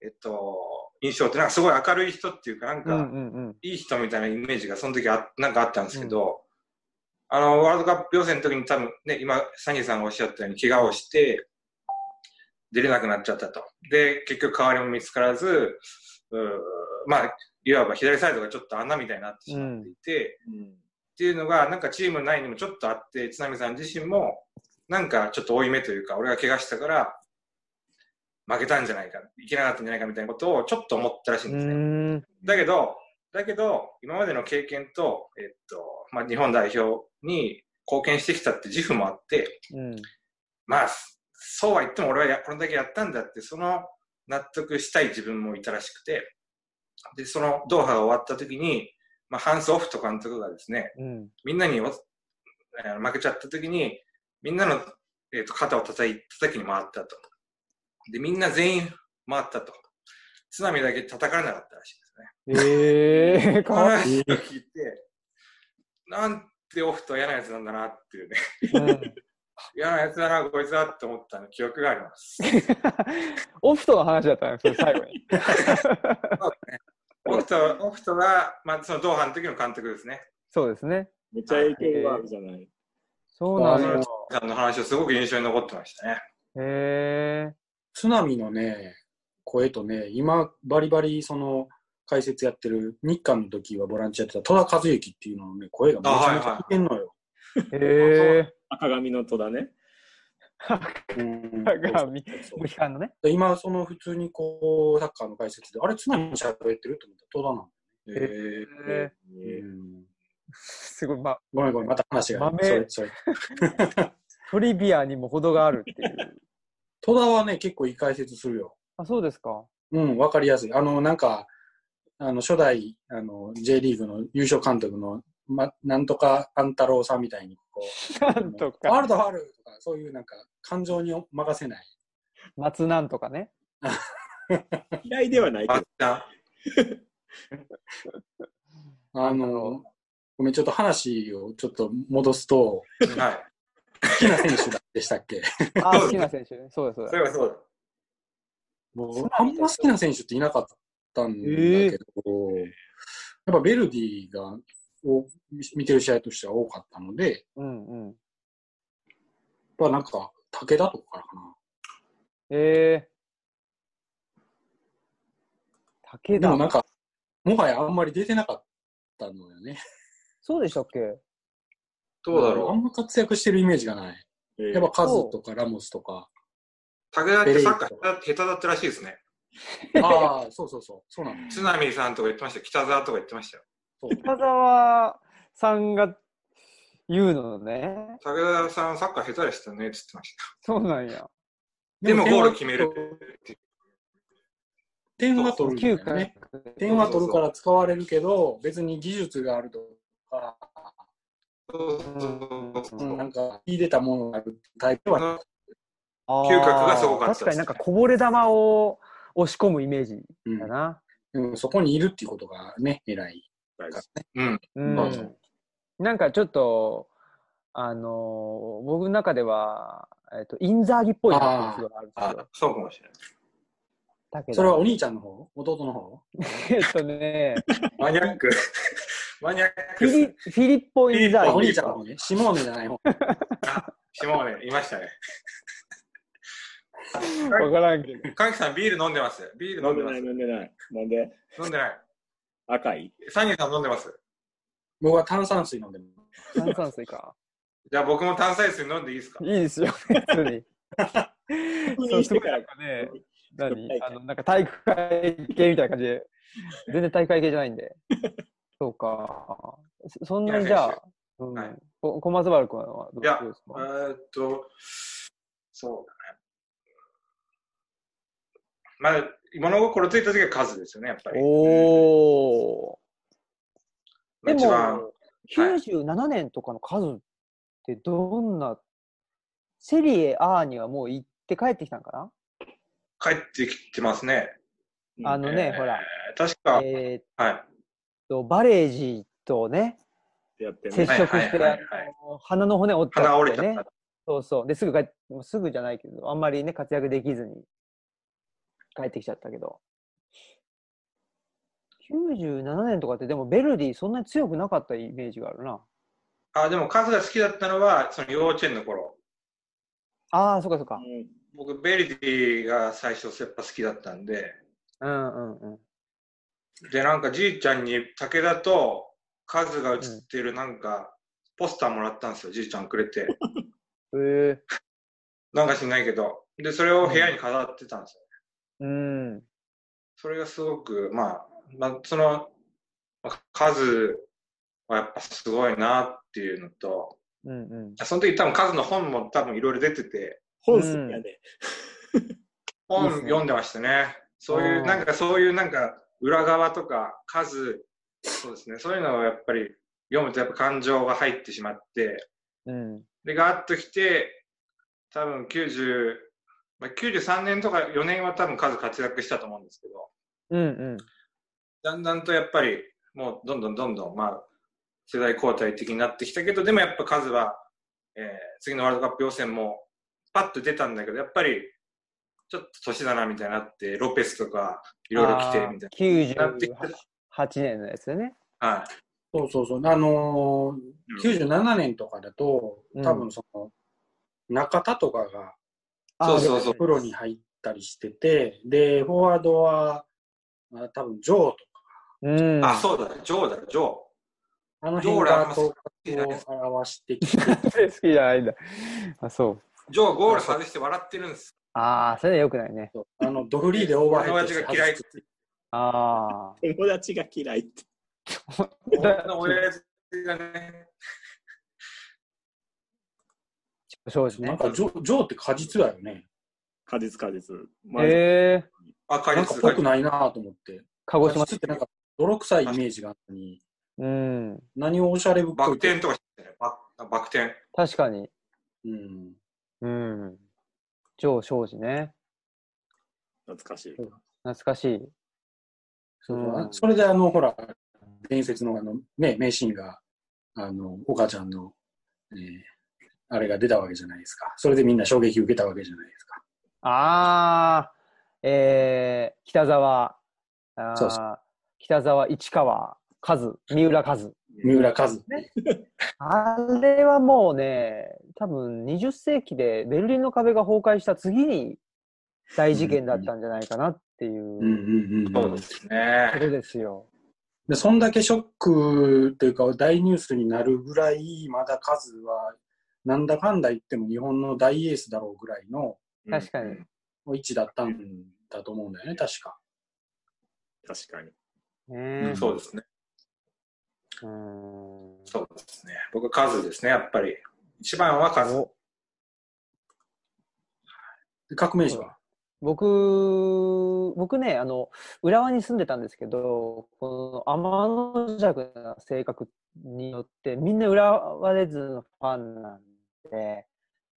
Speaker 3: えっと、印象ってなんかすごい明るい人っていうか、なん
Speaker 2: う。う
Speaker 3: か、
Speaker 2: んうんうん。
Speaker 3: いい人みたいなイメージがその時あなんかあったんですけど、あの、ワールドカップ予選の時に多分ね、今、サニーさんがおっしゃったように怪我をして、出れなくなっちゃったと。で、結局代わりも見つからず、うーまあ、いわば左サイドがちょっと穴みたいになってしまっていて、っ
Speaker 1: うん
Speaker 3: ていうのが、なんかチーム内にもちょっとあって、津波さん自身も、なんかちょっと負い目というか、俺が怪我したから、負けたんじゃないか、いけなかったんじゃないかみたいなことをちょっと思ったらしいん
Speaker 2: う
Speaker 3: ですね。
Speaker 2: ーん
Speaker 3: だけど、だけど、今までの経験と、えっと、まあ、日本代表に貢献してきたって自負もあって、
Speaker 2: うん。
Speaker 3: まあ、そうは言っても俺はやこれだけやったんだって、その納得したい自分もいたらしくて、で、そのドーハが終わった時に、まあ、ハンス・オフト監督がですね、
Speaker 2: うん。
Speaker 3: みんなにおあの負けちゃった時に、みんなの、えっと肩を叩い叩きに回ったと。で、みんな全員回ったと。津波だけ叩かれなかったらしいですね。
Speaker 2: え (laughs) えー、か
Speaker 3: こ
Speaker 2: わ
Speaker 3: の
Speaker 2: い
Speaker 3: 話を聞いて、なんてオフとは嫌なやつなんだなっていうね、 (laughs)
Speaker 2: い。うん (laughs)
Speaker 3: 嫌なやつだな、こいつだって思ったの記憶があり
Speaker 2: (laughs)
Speaker 3: ます。
Speaker 2: オフとの話だったんですよ、最後に。
Speaker 3: オフと、オフとは、まあ、そのドーハの時の監督ですね。
Speaker 2: そうですね。
Speaker 1: めっちゃ影響があるじゃない。
Speaker 2: そうなん
Speaker 4: あ
Speaker 2: よ。
Speaker 3: さんの話はすごく印象に残ってましたね。
Speaker 2: へえ。
Speaker 4: 津波のね、声とね、今、バリバリ、その、解説やってる、日韓の時はボランティアやってた戸田和幸っていうののね、声がめちゃめちゃ似てんのよ。
Speaker 2: へえ。
Speaker 1: 赤髪の戸だね。
Speaker 2: (laughs)
Speaker 4: うん
Speaker 2: 鏡。無批判のね。
Speaker 4: で今、その普通にこう、サッカーの解説で、あれ、津波喋ってると思ったら、戸田なの。
Speaker 2: へ
Speaker 4: え
Speaker 2: ー
Speaker 1: えー
Speaker 4: うん
Speaker 2: すごい、まあ、
Speaker 4: ごめんごめん、また話が。
Speaker 2: 豆
Speaker 4: それそれ
Speaker 2: トリビアにも程があるっていう。
Speaker 4: 戸田はね、結構いい解説するよ。
Speaker 2: (laughs) あ、そうですか。
Speaker 4: うん、わかりやすい。あの、なんか、あの、初代、あの、J リーグの優勝監督の、ま、なんとか安太郎さんみたいに、こ
Speaker 2: (laughs) な
Speaker 4: う、
Speaker 2: んと
Speaker 4: ファー
Speaker 2: か。
Speaker 4: ルドファールとか、そういうなんか、感情に任せない。
Speaker 2: 松なんとかね。
Speaker 1: 嫌いではないけ
Speaker 3: あ
Speaker 1: ど
Speaker 3: っ、た。
Speaker 4: あの、ごめん、ちょっと話をちょっと戻すと、
Speaker 2: (laughs)
Speaker 3: はい。
Speaker 4: 好きな選手でしたっけ
Speaker 2: あ、好きな選手ね。そうだそう
Speaker 3: そ
Speaker 2: だ。
Speaker 3: れはそうだ。
Speaker 4: もうあんま好きな選手っていなかったんだけど、やっぱベルディがを見てる試合としては多かったので、やっ
Speaker 2: うんうん。
Speaker 4: ぱなんか武田とかからかな。
Speaker 2: えー。武
Speaker 4: でもな
Speaker 2: 田。
Speaker 4: んか、もはやあんまり出てなかったのよね。
Speaker 2: そうでしたっけ
Speaker 3: どうだ
Speaker 4: あ
Speaker 3: ろ
Speaker 4: んま活躍してるイメージがない。
Speaker 1: え
Speaker 4: やっぱカズとかラモスとか。
Speaker 3: う。武田ってサッカー下手だったらしいですね。
Speaker 4: ああ、そうそうそう。そうなの。
Speaker 3: 津波さんとか言ってましたよ。北沢とか言ってましたよ。
Speaker 4: そう
Speaker 2: 北沢さんが言うのね。
Speaker 3: 武田さん、サッカー下手でしたねって言ってました。
Speaker 2: そうなんや。
Speaker 3: でもゴール決める。って
Speaker 4: 点は取る
Speaker 2: 9
Speaker 4: んだよ
Speaker 2: 回
Speaker 4: ね。。点は取るから使われるけど、別に技術があるとか、
Speaker 3: そうそうそう
Speaker 4: う
Speaker 3: そ
Speaker 4: んなん
Speaker 3: う。
Speaker 4: か、秀でたものがあるタイプは、
Speaker 2: あー
Speaker 3: 嗅覚がすごかったです
Speaker 2: 確かになんかこぼれ球を押し込むイメージ
Speaker 4: うん
Speaker 2: だな。
Speaker 4: うんそこにいるっていうことがね、偉い。
Speaker 3: うん。
Speaker 2: うん。
Speaker 4: そうそう
Speaker 2: なんかちょっと、あのー僕の中では、えっと、インザーギっぽいなっていうのがあるんです
Speaker 3: あ
Speaker 2: よ。、
Speaker 3: そうかもしれない。
Speaker 2: だけど、
Speaker 4: それはお兄ちゃんの方弟の方
Speaker 2: えっとね、
Speaker 3: マニアック。 (laughs) マニアッ
Speaker 2: フ
Speaker 3: ク
Speaker 2: ィ
Speaker 3: っす
Speaker 2: リ
Speaker 3: ね。
Speaker 2: フィリッポ・インザ
Speaker 3: あ
Speaker 4: あ
Speaker 2: ー
Speaker 4: お
Speaker 2: ギ。
Speaker 4: 兄ちゃんの方ね。シモーネじゃない方。 (laughs)
Speaker 3: 下ね、いましたね。
Speaker 2: わからんけど。
Speaker 3: かきさん、ビール飲んでます。ビール
Speaker 1: 飲
Speaker 3: 飲
Speaker 1: ん
Speaker 3: ん
Speaker 1: で
Speaker 3: で
Speaker 1: な
Speaker 3: ま
Speaker 1: い
Speaker 3: す。
Speaker 1: 飲んでない。なんで
Speaker 3: 飲んでない。
Speaker 1: 赤い
Speaker 3: サニーさん飲んでます。
Speaker 4: 僕は炭酸水飲んでる。
Speaker 2: 炭酸水か。
Speaker 3: じゃあ僕も炭酸水飲んでいいですか
Speaker 2: いいですよ、別に。 (laughs)
Speaker 1: にしてから
Speaker 2: そうなんかね、
Speaker 1: 体育会
Speaker 2: 何あの、なんか体育会系みたいな感じで、全然体育会系じゃないんで。そうか。そそんなにじゃ
Speaker 3: いや
Speaker 2: あ、うん
Speaker 3: はい
Speaker 2: こ小松原君はどう
Speaker 3: いや
Speaker 2: どうです
Speaker 3: え
Speaker 2: か
Speaker 3: ーっと、そうだね。まあ、物心ついた時は数ですよね、やっぱり。
Speaker 2: お
Speaker 3: まあ
Speaker 2: ー。で
Speaker 3: 一番
Speaker 2: も、、97年とかの数ってどんな、セリエ A にはもう行って帰ってきたんかな、
Speaker 3: 帰ってきてますね。
Speaker 1: うん
Speaker 2: あのね、
Speaker 3: えー
Speaker 2: ほら、
Speaker 3: 確か、
Speaker 2: えーっ
Speaker 3: はい。
Speaker 2: と、バレージとね、
Speaker 1: やって
Speaker 2: 接
Speaker 1: ます
Speaker 2: 触して、
Speaker 3: はいはいはいはい
Speaker 2: あの鼻の骨折っちゃって、ね、
Speaker 3: 鼻折れちゃった。
Speaker 2: そうそう。で、すぐ帰っもうすぐじゃないけど、あんまりね、活躍できずに帰ってきちゃったけど。97年とかって、でもベルディそんなに強くなかったイメージがあるな。
Speaker 3: あ、でも数が好きだったのは、その幼稚園の頃。
Speaker 2: ああ、そうかそうか。
Speaker 3: 僕、ベルディが最初、やっぱ好きだったんで、
Speaker 2: うんうんうん。
Speaker 3: で、なんかじいちゃんに武田とカズが写ってるなんか、ポスターもらったんですよ、じいちゃんくれて。 (laughs)
Speaker 2: へえ
Speaker 3: なんか知んないけど。で、それを部屋に飾ってたんですよ。
Speaker 2: うん。
Speaker 3: それがすごく、まあ、まあ、その、まあカズはやっぱすごいなっていうのと、
Speaker 2: うんうん。
Speaker 3: その時多分カズの本も多分いろいろ出てて、
Speaker 1: 本数やね。
Speaker 2: いいっ
Speaker 3: 本
Speaker 2: すね
Speaker 3: 読んでましたね。そうい
Speaker 2: あ
Speaker 3: う、
Speaker 2: ー
Speaker 3: なんかそういうなんか裏側とか数、そうですね、そういうのをやっぱり読むとやっぱ感情が入ってしまって、
Speaker 2: うん。
Speaker 3: で、ガーッと来て、多分90、まあ、93年とか4年は多分数活躍したと思うんですけど、
Speaker 2: うんうん。
Speaker 3: だんだんとやっぱりもうどんどんどんどん、まあ、世代交代的になってきたけどでもやっぱ数は、えー次のワールドカップ予選もパッと出たんだけどやっぱりちょっと年だなみたいになってロペスとかい
Speaker 2: い
Speaker 3: ろいろ来てみたいなってきた
Speaker 2: 98年のやつだね。
Speaker 3: な、はい、
Speaker 4: そうそうそう。あのー、97年とかだと
Speaker 2: う、ん
Speaker 4: 多分その、中田とかが
Speaker 2: あー
Speaker 3: そうそうそう
Speaker 4: プロに入ったりしてて、で、フォワードは、あ多分ジョーとか、
Speaker 2: うん。
Speaker 3: あそうだジョーだジョー
Speaker 4: あの辺が頭角を表してきて、
Speaker 2: (laughs) 好きじゃないんだ。あ、そう。
Speaker 3: ジョーゴール外して笑ってるんです
Speaker 2: ああ、それは良くないね。
Speaker 4: あの、ドフリーでオーバーヘッドして
Speaker 3: 俺の親父が嫌い
Speaker 4: 外す
Speaker 2: あ
Speaker 1: 友達が嫌いって。
Speaker 3: 俺の親父がね
Speaker 2: あ、正直
Speaker 4: なん
Speaker 2: ね。
Speaker 4: かジョジョーって果実だよね。
Speaker 1: 果実果実。まあ
Speaker 2: ええー、
Speaker 3: あ果
Speaker 4: なん
Speaker 3: 実
Speaker 4: かぽくないなと思って。
Speaker 2: 鹿
Speaker 4: 果
Speaker 2: 児島
Speaker 4: 実ってなんか泥臭いイメージがあったのに、
Speaker 2: うん、
Speaker 4: 何をおしゃれぶっ
Speaker 3: バ
Speaker 4: ぽ
Speaker 3: ク
Speaker 4: いと
Speaker 3: 転とかしてねバクバク転
Speaker 2: 確かに。
Speaker 4: うん。
Speaker 2: うん。上庄司ね。
Speaker 1: 懐かしい。
Speaker 2: 懐かしい。
Speaker 4: そう
Speaker 2: うん
Speaker 4: あそれであの、ほら、伝説のあの、ね、名シーンが、あの、岡ちゃんの、えーあれが出たわけじゃないですか。それでみんな衝撃受けたわけじゃないですか。
Speaker 2: ああ、えー、北沢、あー
Speaker 4: そうそ
Speaker 2: 北沢、市川、和、三浦和。
Speaker 4: 三浦和。
Speaker 2: あれはもうね、多分20世紀でベルリンの壁が崩壊した次に大事件だったんじゃないかなっていう
Speaker 4: うんうんうん。
Speaker 3: そうですね
Speaker 2: こ。とですよ。
Speaker 4: で、そんだけショックというか大ニュースになるぐらい、まだ数は、なんだかんだ言っても日本の大エースだろうぐらいの
Speaker 2: 確かに
Speaker 3: うん
Speaker 4: 位置だったんだと思うんだよね、確か。
Speaker 1: 確かに。
Speaker 2: ねえ
Speaker 3: そうですね。
Speaker 2: うん
Speaker 3: そうですね。僕は数ですね、やっぱり。一番は数。
Speaker 2: お
Speaker 4: で革命児は。
Speaker 2: 僕、僕ね、あの、浦和に住んでたんですけど、この天の弱な性格によって、みんな浦和レッズのファンなんで、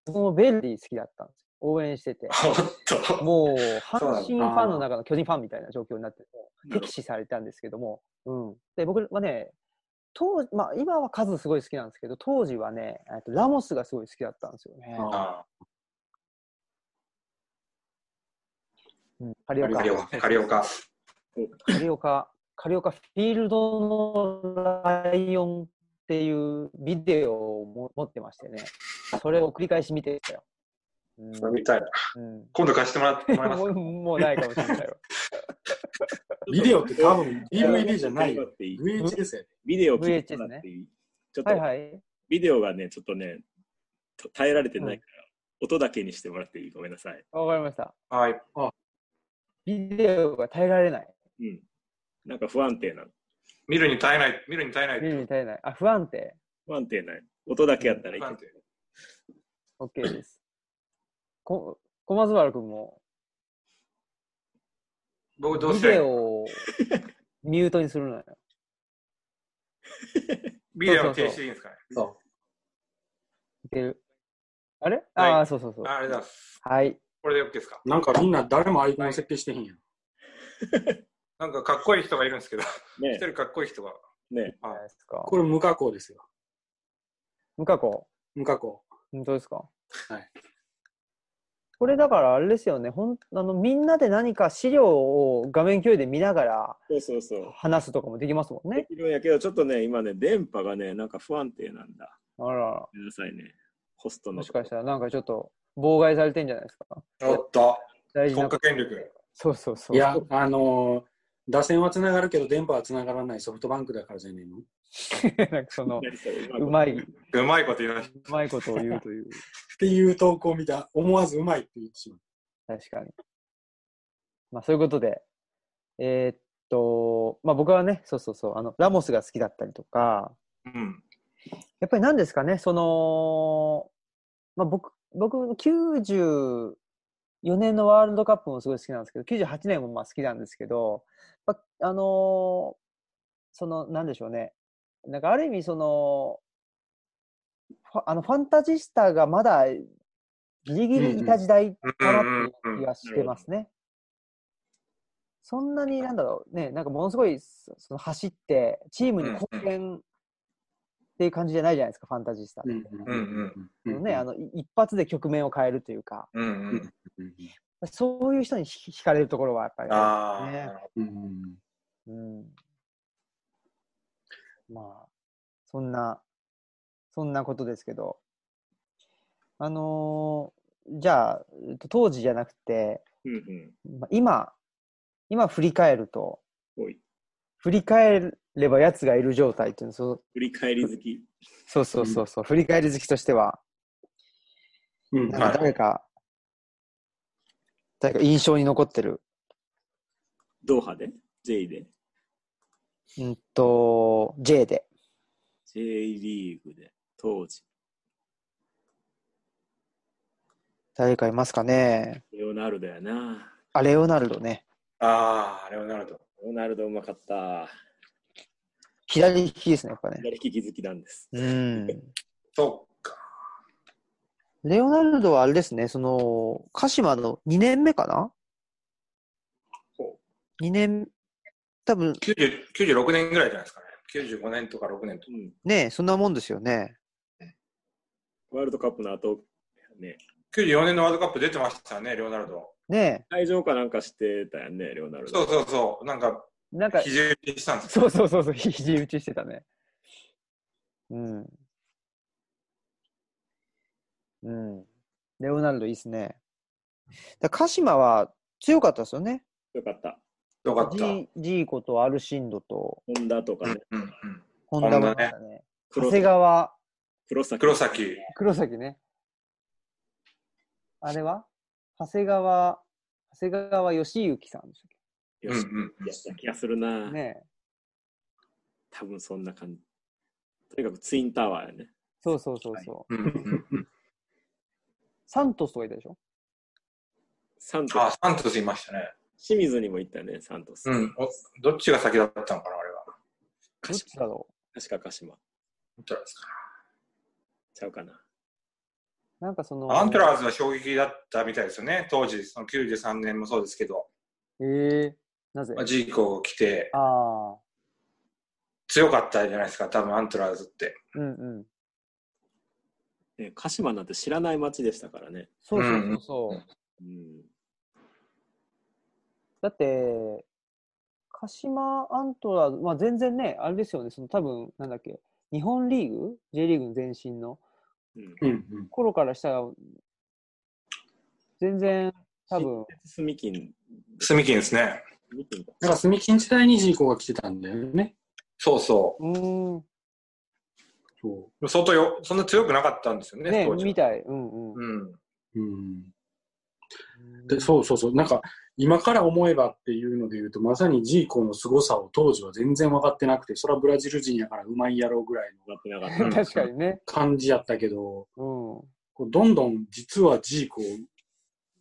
Speaker 2: 僕もベルディ好きだったんですよ。応援してて。
Speaker 3: おっと。
Speaker 2: もう、阪
Speaker 3: そうなんだ
Speaker 2: 神ファンの中の巨人ファンみたいな状況になってて、敵視されたんですけども、うん。で、僕はね、当まあ、今は数すごい好きなんですけど、当時はね、えっとラモスがすごい好きだったんですよね。
Speaker 3: あ
Speaker 2: うん、カリ
Speaker 3: ー
Speaker 2: オ
Speaker 3: カ
Speaker 2: カ
Speaker 3: リオ。カリオカ。
Speaker 2: カリオカ、カリオカフィールドのライオンっていうビデオをも持ってましてね、それを繰り返し見てたよ。うん
Speaker 3: みたいな。
Speaker 2: うん、
Speaker 3: 今度貸してもらってもらえま
Speaker 2: も
Speaker 3: す
Speaker 2: うもうないかもしれない
Speaker 3: (laughs)
Speaker 2: わ。
Speaker 4: ビデオって多分 DVD じゃな
Speaker 1: ビ
Speaker 4: い
Speaker 1: デオ
Speaker 4: よ
Speaker 1: っ。ていい
Speaker 4: VH ですよ。
Speaker 1: ビデオ聞いてもらっていい、ちょっ
Speaker 2: はい
Speaker 1: と
Speaker 2: はい。
Speaker 1: ビデオがね、ちょっとね、と耐えられてないから、音だけにしてもらっていいごめんなさい。
Speaker 2: わかりました。
Speaker 3: はい。
Speaker 2: ビデオが耐えられない。
Speaker 1: うん。なんか不安定なの。
Speaker 3: 見るに耐えない、見るに耐えない。
Speaker 2: 見るに耐えない。あ、不安定。
Speaker 1: 不安定ない。音だけやったらいいけど
Speaker 3: 不安定
Speaker 2: OK
Speaker 3: (coughs)
Speaker 2: です。こ小松原君も、
Speaker 3: 僕どう
Speaker 2: ビ
Speaker 3: すれ
Speaker 2: デ
Speaker 3: ばい
Speaker 2: オ
Speaker 3: い
Speaker 2: をミュートにするのよ。
Speaker 3: ビデ
Speaker 2: そ
Speaker 3: オ
Speaker 2: うそうそう
Speaker 3: 停止でいいんですかね。
Speaker 4: そ
Speaker 2: いける。あれ、
Speaker 3: はい
Speaker 2: ああ、そうそうそう。
Speaker 3: あありがとうございます。
Speaker 2: はい。
Speaker 3: これで OK ですか
Speaker 4: う。なんかみんな誰もアイコン設定してへんやん。
Speaker 3: なんかかっこいい人がいるんですけど、一
Speaker 1: ね
Speaker 3: 人かっこいい人が。
Speaker 1: ね
Speaker 2: じゃないですか。
Speaker 4: これ無加工ですよ。
Speaker 2: 無加工。
Speaker 4: 無加工。
Speaker 2: 本当ですか
Speaker 4: はい
Speaker 2: これだからあれですよねほんあのみんなで何か資料を画面共有で見ながら
Speaker 1: そうそうそう。
Speaker 2: 話すとかもできますもん
Speaker 1: で
Speaker 2: ね
Speaker 1: きるんやけど、ちょっとね、今ね、電波がね、なんか不安定なんだ。
Speaker 2: あらら
Speaker 1: ごめんなさいね。ホストの。
Speaker 2: もしかしたらなんかちょっと妨害されてんじゃないですか
Speaker 3: おっと。
Speaker 2: 大事な
Speaker 3: 国
Speaker 2: こ
Speaker 3: 家
Speaker 2: と
Speaker 3: 権力。
Speaker 2: そうそうそう
Speaker 4: いや、あのー打線はつながるけど電波はつながらないソフトバンクだからじゃねえの
Speaker 2: (laughs) なんかそ
Speaker 4: (laughs)
Speaker 2: の
Speaker 1: やりそう
Speaker 2: う
Speaker 1: うま
Speaker 2: ま
Speaker 1: い
Speaker 2: いう
Speaker 3: うまいこと言うな。
Speaker 2: うまいことを言うという
Speaker 4: っていう投稿を見た思わずうまいって言ってしまう。
Speaker 2: 確かにまあそういうことでえーっとまあ僕はねそうそうそうあのラモスが好きだったりとか
Speaker 3: うん。
Speaker 2: やっぱり何ですかね、その、まあ、僕、僕、94年のワールドカップもすごい好きなんですけど、98年もまあ好きなんですけど、まあ、あのーその、なんでしょうね。なんかある意味、その、ファあのファンタジスタがまだギリギリいた時代かなっていう気がしてますね。そんなになんだろうね、なんかものすごいそその走って、チームに貢献っていう感じじゃないじゃないですか、ファンタジスタって。
Speaker 3: うん
Speaker 2: あのね、あのい一発で局面を変えるというか、
Speaker 3: うんうん。
Speaker 4: うん
Speaker 2: そういう人にひ惹かれるところはやっぱりあ
Speaker 3: ああ、
Speaker 2: ね
Speaker 3: なるほ
Speaker 4: うん
Speaker 2: る、うん。まあ、そんな、そんなことですけど、あのーじゃあ、えっと当時じゃなくて、
Speaker 1: うんうん。
Speaker 2: まあ今、今振り返ると、
Speaker 1: おい。
Speaker 2: 振り返れば奴がいる状態っていうの、そう
Speaker 1: 振り返り好き。
Speaker 2: そうそうそうそう、振り返り好きとしては、
Speaker 4: うん
Speaker 2: なんか誰か、誰か印象に残ってる
Speaker 1: ドーハで ?J で
Speaker 2: うんと、J で。
Speaker 1: ?J リーグで。当時。
Speaker 2: 誰かいますかね
Speaker 1: レオナルドやな。
Speaker 2: あ、レオナルドね。
Speaker 3: ど。ああ、レオナルド。
Speaker 1: レオナルドうまかった。
Speaker 2: 左利きですね、やっぱね。
Speaker 1: 左利き好きなんです。
Speaker 2: うん。
Speaker 3: そっか。
Speaker 2: レオナルドはあれですね、その、鹿島の2年目かな
Speaker 1: ほ
Speaker 2: ?2 年、多分
Speaker 3: 90 96年ぐらいじゃないですかね。95年とか6年とか。
Speaker 1: うん
Speaker 2: ね、そんなもんですよね。
Speaker 1: ワールドカップの後、ね、
Speaker 3: 94年のワールドカップ出てましたよね、レオナルド。
Speaker 2: ね
Speaker 1: 退場かなんかしてたやんね、レオナルド。
Speaker 3: そうそうそう。なんか、
Speaker 5: なんか、
Speaker 3: 肘打ちしたんです
Speaker 5: そうそうそうそう、肘打ちしてたね。うん。うん。レオナルドいいっすね。
Speaker 2: だ鹿島は強かったですよね。
Speaker 1: よかった。
Speaker 3: よかった。うん
Speaker 2: ジジーコとアルシンドと
Speaker 1: ホンダとか
Speaker 3: う
Speaker 1: ね
Speaker 3: ん、うん。
Speaker 2: 本
Speaker 3: 田
Speaker 2: 田
Speaker 3: ね
Speaker 2: もいましたね。長
Speaker 1: 黒
Speaker 2: 谷川、
Speaker 1: 黒崎
Speaker 3: 黒崎。
Speaker 5: 黒崎ね。
Speaker 2: あれは長谷川、長谷川義行さんでしたっ
Speaker 3: うん
Speaker 1: よ
Speaker 3: う
Speaker 1: し、
Speaker 3: ん
Speaker 1: やった気がするな、
Speaker 2: けね
Speaker 1: 多分そんな感じ。とにかくツインタワーやね。
Speaker 2: そうそうそうそう。
Speaker 3: うんうんうん。
Speaker 2: サントスとかいたでしょ
Speaker 1: サント
Speaker 3: あ、サントスいましたね。
Speaker 1: ス。清水にも行ったよね、サントス。
Speaker 3: うん。おどっちが先だったのかな、あれは。
Speaker 2: どっ
Speaker 1: 鹿
Speaker 2: ちだ
Speaker 1: 島。
Speaker 2: ろ
Speaker 1: 確か鹿島。
Speaker 3: どっちですか
Speaker 1: ちゃうかな。
Speaker 2: うなんかその。
Speaker 3: アントラーズは衝撃だったみたいですよね。当時、その93年もそうですけど、
Speaker 2: ええなぜ
Speaker 3: まあジーコ来て、
Speaker 2: ああ、
Speaker 3: 強かったじゃないですか、多分アントラーズって。
Speaker 2: うんうん。
Speaker 1: ね、鹿島なんて知らない街でしたからね。
Speaker 2: そうそうそうそう。
Speaker 3: うん
Speaker 1: うん。
Speaker 2: だって、鹿島アントラーズ、まあ、全然ね、あれですよね、その多分なんだっけ、日本リーグ ?J リーグの前身の
Speaker 1: うん、
Speaker 4: うんうん。
Speaker 2: 頃からしたら、全然多分、
Speaker 1: 住金、
Speaker 3: スミキンですね。
Speaker 1: 住金か。
Speaker 4: だから、住金時代にジーコが来てたんだよね。
Speaker 3: そうそう。
Speaker 2: ーん、
Speaker 4: そう
Speaker 3: 相当よ、そんな強くなかったんですよね、
Speaker 2: ね
Speaker 3: 当、時は
Speaker 2: みたい。うんうん。
Speaker 3: うん。
Speaker 4: う。うん。でそうそうそう、なんか今から思えばっていうので言うと、まさにジーコの凄さを当時は全然分かってなくて、それはブラジル人やからうまいやろうぐらいの
Speaker 1: なってなかっ
Speaker 3: うん
Speaker 2: 確かにね。
Speaker 4: 感じやったけど、
Speaker 2: うん。
Speaker 4: こうどんどん実はジーコ、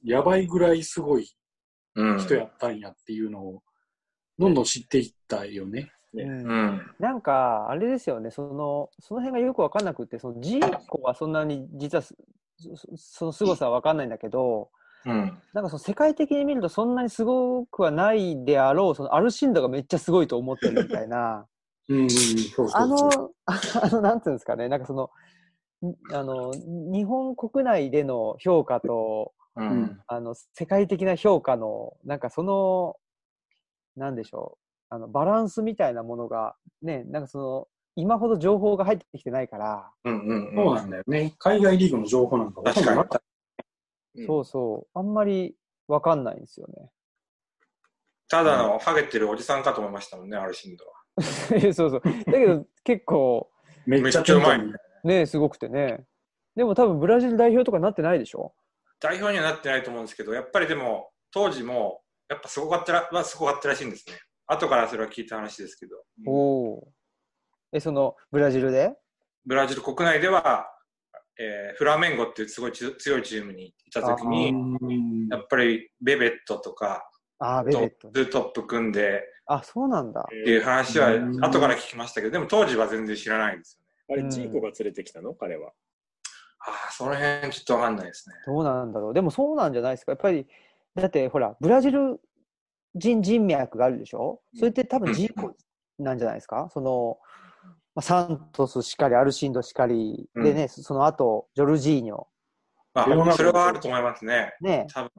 Speaker 4: やばいぐらいすごい
Speaker 3: うん。
Speaker 4: 人やったんやっていうのを、どんどん知っていったよね。
Speaker 2: うん
Speaker 3: うん。
Speaker 2: なんか、あれですよね、その、その辺がよくわかんなくて、その、ジーコはそんなに、実はす、そその凄さはわかんないんだけど、
Speaker 3: うん。
Speaker 2: なんかその世界的に見るとそんなにすごくはないであろう、そのアルシンドがめっちゃすごいと思ってるみたいな、
Speaker 4: うんうん、そうそうそう。
Speaker 2: あの、ああの、なんていうんですかね、なんかその、んあの、日本国内での評価と、
Speaker 3: う
Speaker 4: うんん。
Speaker 2: あの、世界的な評価の、なんかその、なんでしょう、あの、バランスみたいなものが、ね、なんかその、今ほど情報が入ってきてないから、
Speaker 3: うんうん
Speaker 4: そうなんだよね。海外リーグの情報なんかほとんどなかった。
Speaker 1: うん
Speaker 2: そうそう、あんまりわかんないんですよ
Speaker 3: ただの、ハゲてるおじさんかと思いましたもんね、アルシンドは。
Speaker 2: ね。 (laughs) そうそう。だけど、結構、
Speaker 4: めっちゃピンポン
Speaker 2: ねすごくてね。でも多分ブラジル代表とかなってないでしょ
Speaker 3: 代表にはなってないと思うんですけど、やっぱりでも、当時も、やっぱすごかったら、はすごかったらしいんですね。後からそれは聞いた話ですけど。
Speaker 2: おおー。え、その、ブラジルで
Speaker 3: ブラジル国内では、えーフラメンゴっていうすごいち強いチームにいたときに、
Speaker 4: うん
Speaker 3: やっぱりベベットとか
Speaker 2: ああ、ベ
Speaker 3: と
Speaker 2: ベットね。
Speaker 3: ツートップ組んで
Speaker 2: あ、そうなんだ。
Speaker 3: ってい
Speaker 1: え
Speaker 3: う
Speaker 1: ー、
Speaker 3: 話は
Speaker 4: うん
Speaker 3: 後から聞きましたけど、でも当時は全然知らないんですよね。
Speaker 1: あれ、ジーコが連れてきたの彼は。
Speaker 3: ああ、その辺ちょっとわかんないですね。
Speaker 2: どうなんだろう。でもそうなんじゃないですか。やっぱり、だってほら、ブラジル人人脈があるでしょそれって多分ジーコなんじゃないですかその、まあ、サントスしかり、アルシンドしかり、でね、その後、ジョルジーニョ、
Speaker 3: ま
Speaker 4: レオナ
Speaker 3: あ、
Speaker 4: ルド
Speaker 3: それはあると思いますね。
Speaker 2: ね、
Speaker 3: 多分。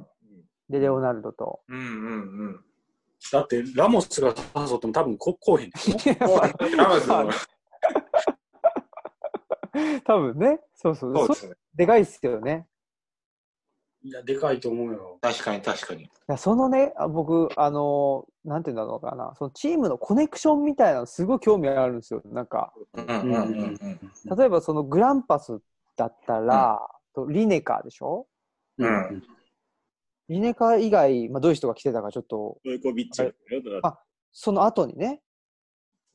Speaker 2: で、レオナルド (laughs) と。
Speaker 3: うんうん (laughs) うん。
Speaker 4: だって、ラモスが誘っても多分ここうへんでしょ
Speaker 3: ラムズも
Speaker 2: 多分ね、そうそう。
Speaker 3: そう
Speaker 2: そ
Speaker 3: ですね。
Speaker 2: でかいっすよね。
Speaker 4: いや、でかいと思うよ。
Speaker 3: 確かに確かに。
Speaker 2: いやそのね、あ僕、あのーなんて言うんだろうかな、そのチームのコネクションみたいなの、すごい興味あるんですよ。なんか、
Speaker 3: うんうんうんうん。
Speaker 2: 例えばそのグランパスだったら、とリネカーでしょ
Speaker 3: う
Speaker 4: うんん。
Speaker 2: リネカー以外、まあ、どういう人が来てたか、ちょっと、
Speaker 1: トイコビッチだよだから
Speaker 2: あその後にね、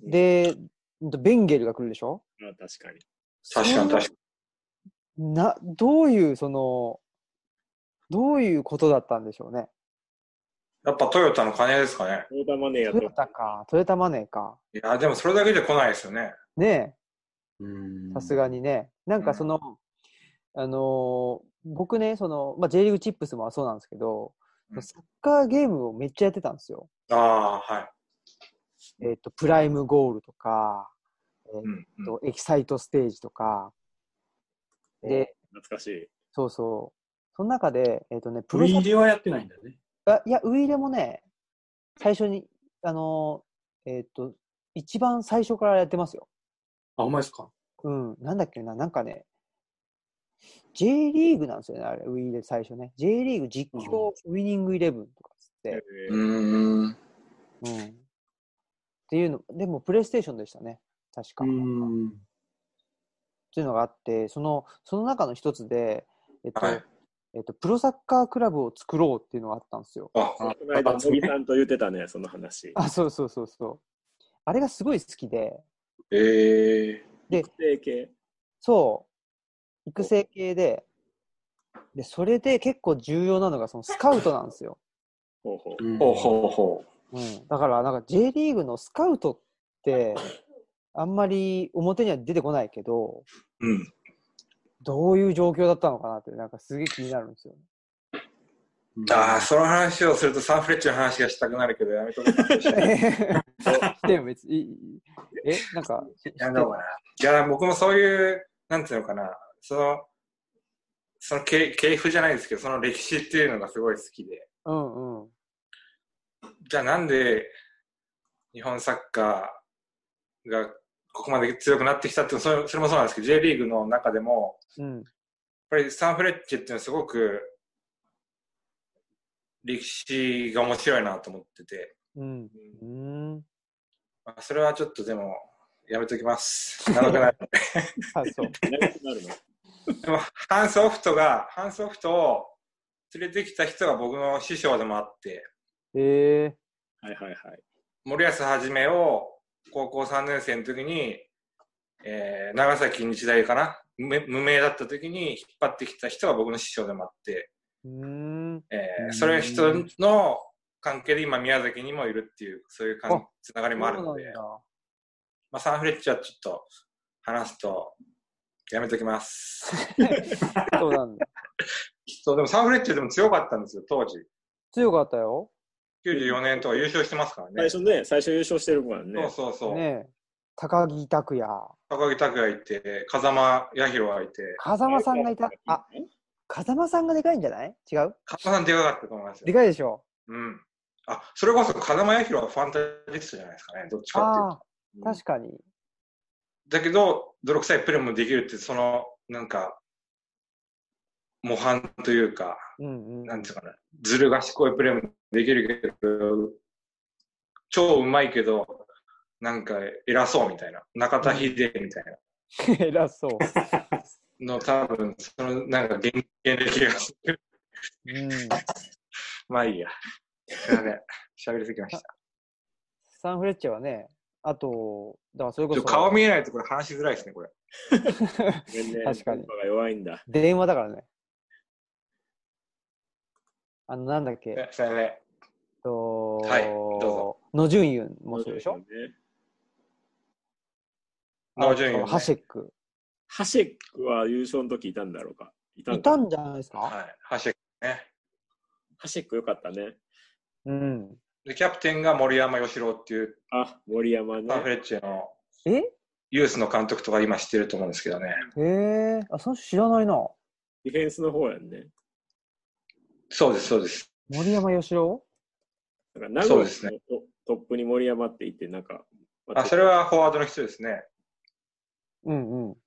Speaker 1: うん
Speaker 2: で、うんとベンゲルが来るでしょ
Speaker 1: あ確かに。
Speaker 3: 確かに確かに。
Speaker 2: な、どういう、その、どういうことだったんでしょうね。
Speaker 3: やっぱトヨタの金ですかね。
Speaker 1: トヨタマネーや
Speaker 2: トヨタか、トヨタマネーか。
Speaker 3: いや、でもそれだけじゃ来ないですよね。
Speaker 2: ねえ。
Speaker 4: うん
Speaker 2: さすがにね。なんかその、あのー僕ね、その、まあ、J リーグチップスもそうなんですけど
Speaker 3: う、ん
Speaker 2: サッカーゲームをめっちゃやってたんですよ。
Speaker 3: ああ、はい。
Speaker 2: えっと、プライムゴールとか、
Speaker 3: うん
Speaker 2: えっ
Speaker 3: うん
Speaker 2: とエキサイトステージとか、で、
Speaker 1: 懐かしい。
Speaker 2: そうそう。その中で、えっとね、プ
Speaker 4: プ
Speaker 2: ロ
Speaker 4: リ
Speaker 2: サ
Speaker 4: 入
Speaker 2: ッ
Speaker 4: れはやってないんだよね。
Speaker 2: カー、いや、ウイイレもね、最初に、あのー、えっと、一番最初からやってますよ。
Speaker 4: あ、お前ですか。
Speaker 2: うん、なんだっけな、なんかね、J リーグなんですよね、あれ、ウィーで最初ね。J リーグ実況ウィニングイレブンとかっつって、
Speaker 1: え
Speaker 3: う
Speaker 1: ー
Speaker 3: ん。うん。
Speaker 2: うん。っていうの、でもプレイステーションでしたね、確か。
Speaker 4: うー
Speaker 2: っ
Speaker 4: ん。
Speaker 2: ていうのがあって、その、その中の一つで、えっと、
Speaker 3: はい
Speaker 2: えっと、プロサッカークラブを作ろうっていうのがあったんですよ。
Speaker 3: あ、
Speaker 1: この間、森さんと言ってたね、その話。
Speaker 2: あ、そうそうそうそう。あれがすごい好きで、
Speaker 3: ええ
Speaker 2: で、
Speaker 1: 整形。
Speaker 2: そう、育成系で、で、それで結構重要なのが、そのスカウトなんですよ。
Speaker 1: ほうほう。
Speaker 4: うん
Speaker 3: ほうほうほ
Speaker 2: うん、だからなんか J リーグのスカウトってあんまり表には出てこないけど
Speaker 3: う。うん。
Speaker 2: どういう状況だったのかなってなんかすげえ気になるんですよ、ね、
Speaker 3: (laughs) ああ、その話をするとサンフレッチェの話がしたくなるけど、やめとこう。
Speaker 2: でも別にいいえなんかし
Speaker 3: やめとこうかな。いや、僕もそういう、なんていうのかな、その、その系系譜じゃないですけど、その歴史っていうのがすごい好きで。
Speaker 2: うんうん
Speaker 3: じゃあなんで日本サッカーがここまで強くなってきたっていうのそれそれもそうなんですけど J リーグの中でも
Speaker 2: うん
Speaker 3: やっぱりサンフレッチェっていうのはすごく歴史が面白いなと思ってて、
Speaker 2: うんうん
Speaker 3: まあ、それはちょっとでもやめときます。長くなる
Speaker 2: あそう
Speaker 1: 長くなるの。
Speaker 3: でもハンス・オフトがハンス・オフトを連れてきた人が僕の師匠でもあって
Speaker 2: え
Speaker 1: はいはいはい。
Speaker 3: 森保はじめを高校3年生の時に、えー長崎日大かな無無名だった時に引っ張ってきた人が僕の師匠でもあって、
Speaker 2: ー、うん
Speaker 3: えー
Speaker 4: うん
Speaker 3: それ人の関係で今宮崎にもいるっていうそういう
Speaker 2: あ
Speaker 3: 関つながりもあるの
Speaker 2: そう
Speaker 3: で
Speaker 2: なん、だ
Speaker 3: まあ、サンフレッチェはちょっと話すとやめときます
Speaker 2: そうなんだ (laughs)
Speaker 3: そうでもサンフレッチェでも強かったんですよ当時
Speaker 2: 強かったよ
Speaker 3: 94年とか優勝してますから
Speaker 1: 最
Speaker 3: ね
Speaker 1: 初ね、最初優勝してるからね。
Speaker 3: そうそうそう、
Speaker 2: ねえ高木拓也
Speaker 3: 高木拓也いて風間彌弘がいて
Speaker 2: 風間さんがいたあ風間さんがでかいんじゃない違う
Speaker 3: 風間さんでかかったと思いますよ
Speaker 2: でかいでしょ
Speaker 3: うん。あ、それこそ風間彌弘はファンタジストじゃないですかね、どっちかっていう
Speaker 2: あ
Speaker 3: と。
Speaker 2: あー確かに
Speaker 3: だけど、泥臭いプレーもできるって、その、なんか、模範というか、
Speaker 2: うんうん。
Speaker 3: なんていうかな、ずる賢いプレーもできるけど、超うまいけど、なんか偉そうみたいな、中田秀みたいな
Speaker 2: (laughs) 偉そう。
Speaker 3: の、多分、その、なんか原原歴が、
Speaker 2: うん。
Speaker 3: まあいいや。すいません、喋りすぎました。
Speaker 2: サンフレッチェはね、あと、だからそれこ
Speaker 3: ちょ
Speaker 2: そ
Speaker 3: っと顔見えないとこれ話しづらいですね、これ。
Speaker 1: 全然、
Speaker 2: 確かに
Speaker 1: 電波が弱いんだ。
Speaker 2: 電話だからね。あの、なんだっけ、えっ
Speaker 3: えそれね。
Speaker 2: と、
Speaker 3: はいどうぞ
Speaker 2: ノジュンユンもそうでしょ
Speaker 1: ね。
Speaker 3: ノジュンユンね
Speaker 2: あとハシェック。
Speaker 1: ハシェックは優勝の時いたんだろうか。いた
Speaker 2: い
Speaker 1: んか
Speaker 2: たんじゃないですか、
Speaker 3: はい。ハシェね。
Speaker 1: ハシェックよかったね。
Speaker 2: うん。
Speaker 3: で、キャプテンが森山義郎っていう、
Speaker 1: あ、森山ね
Speaker 3: サン。フレッチェの
Speaker 2: え
Speaker 3: ユースの監督とか今知ってると思うんですけどね。
Speaker 2: へえ、あ、その人知らないな。
Speaker 1: ディフェンスの方やんね。
Speaker 3: そうです、そうです。
Speaker 2: 森山義郎
Speaker 1: なんか名古屋
Speaker 3: そうです
Speaker 1: のトトップに森山って言って、なんか、
Speaker 3: あ、それはフォワードの人ですね。
Speaker 2: うんうん。フ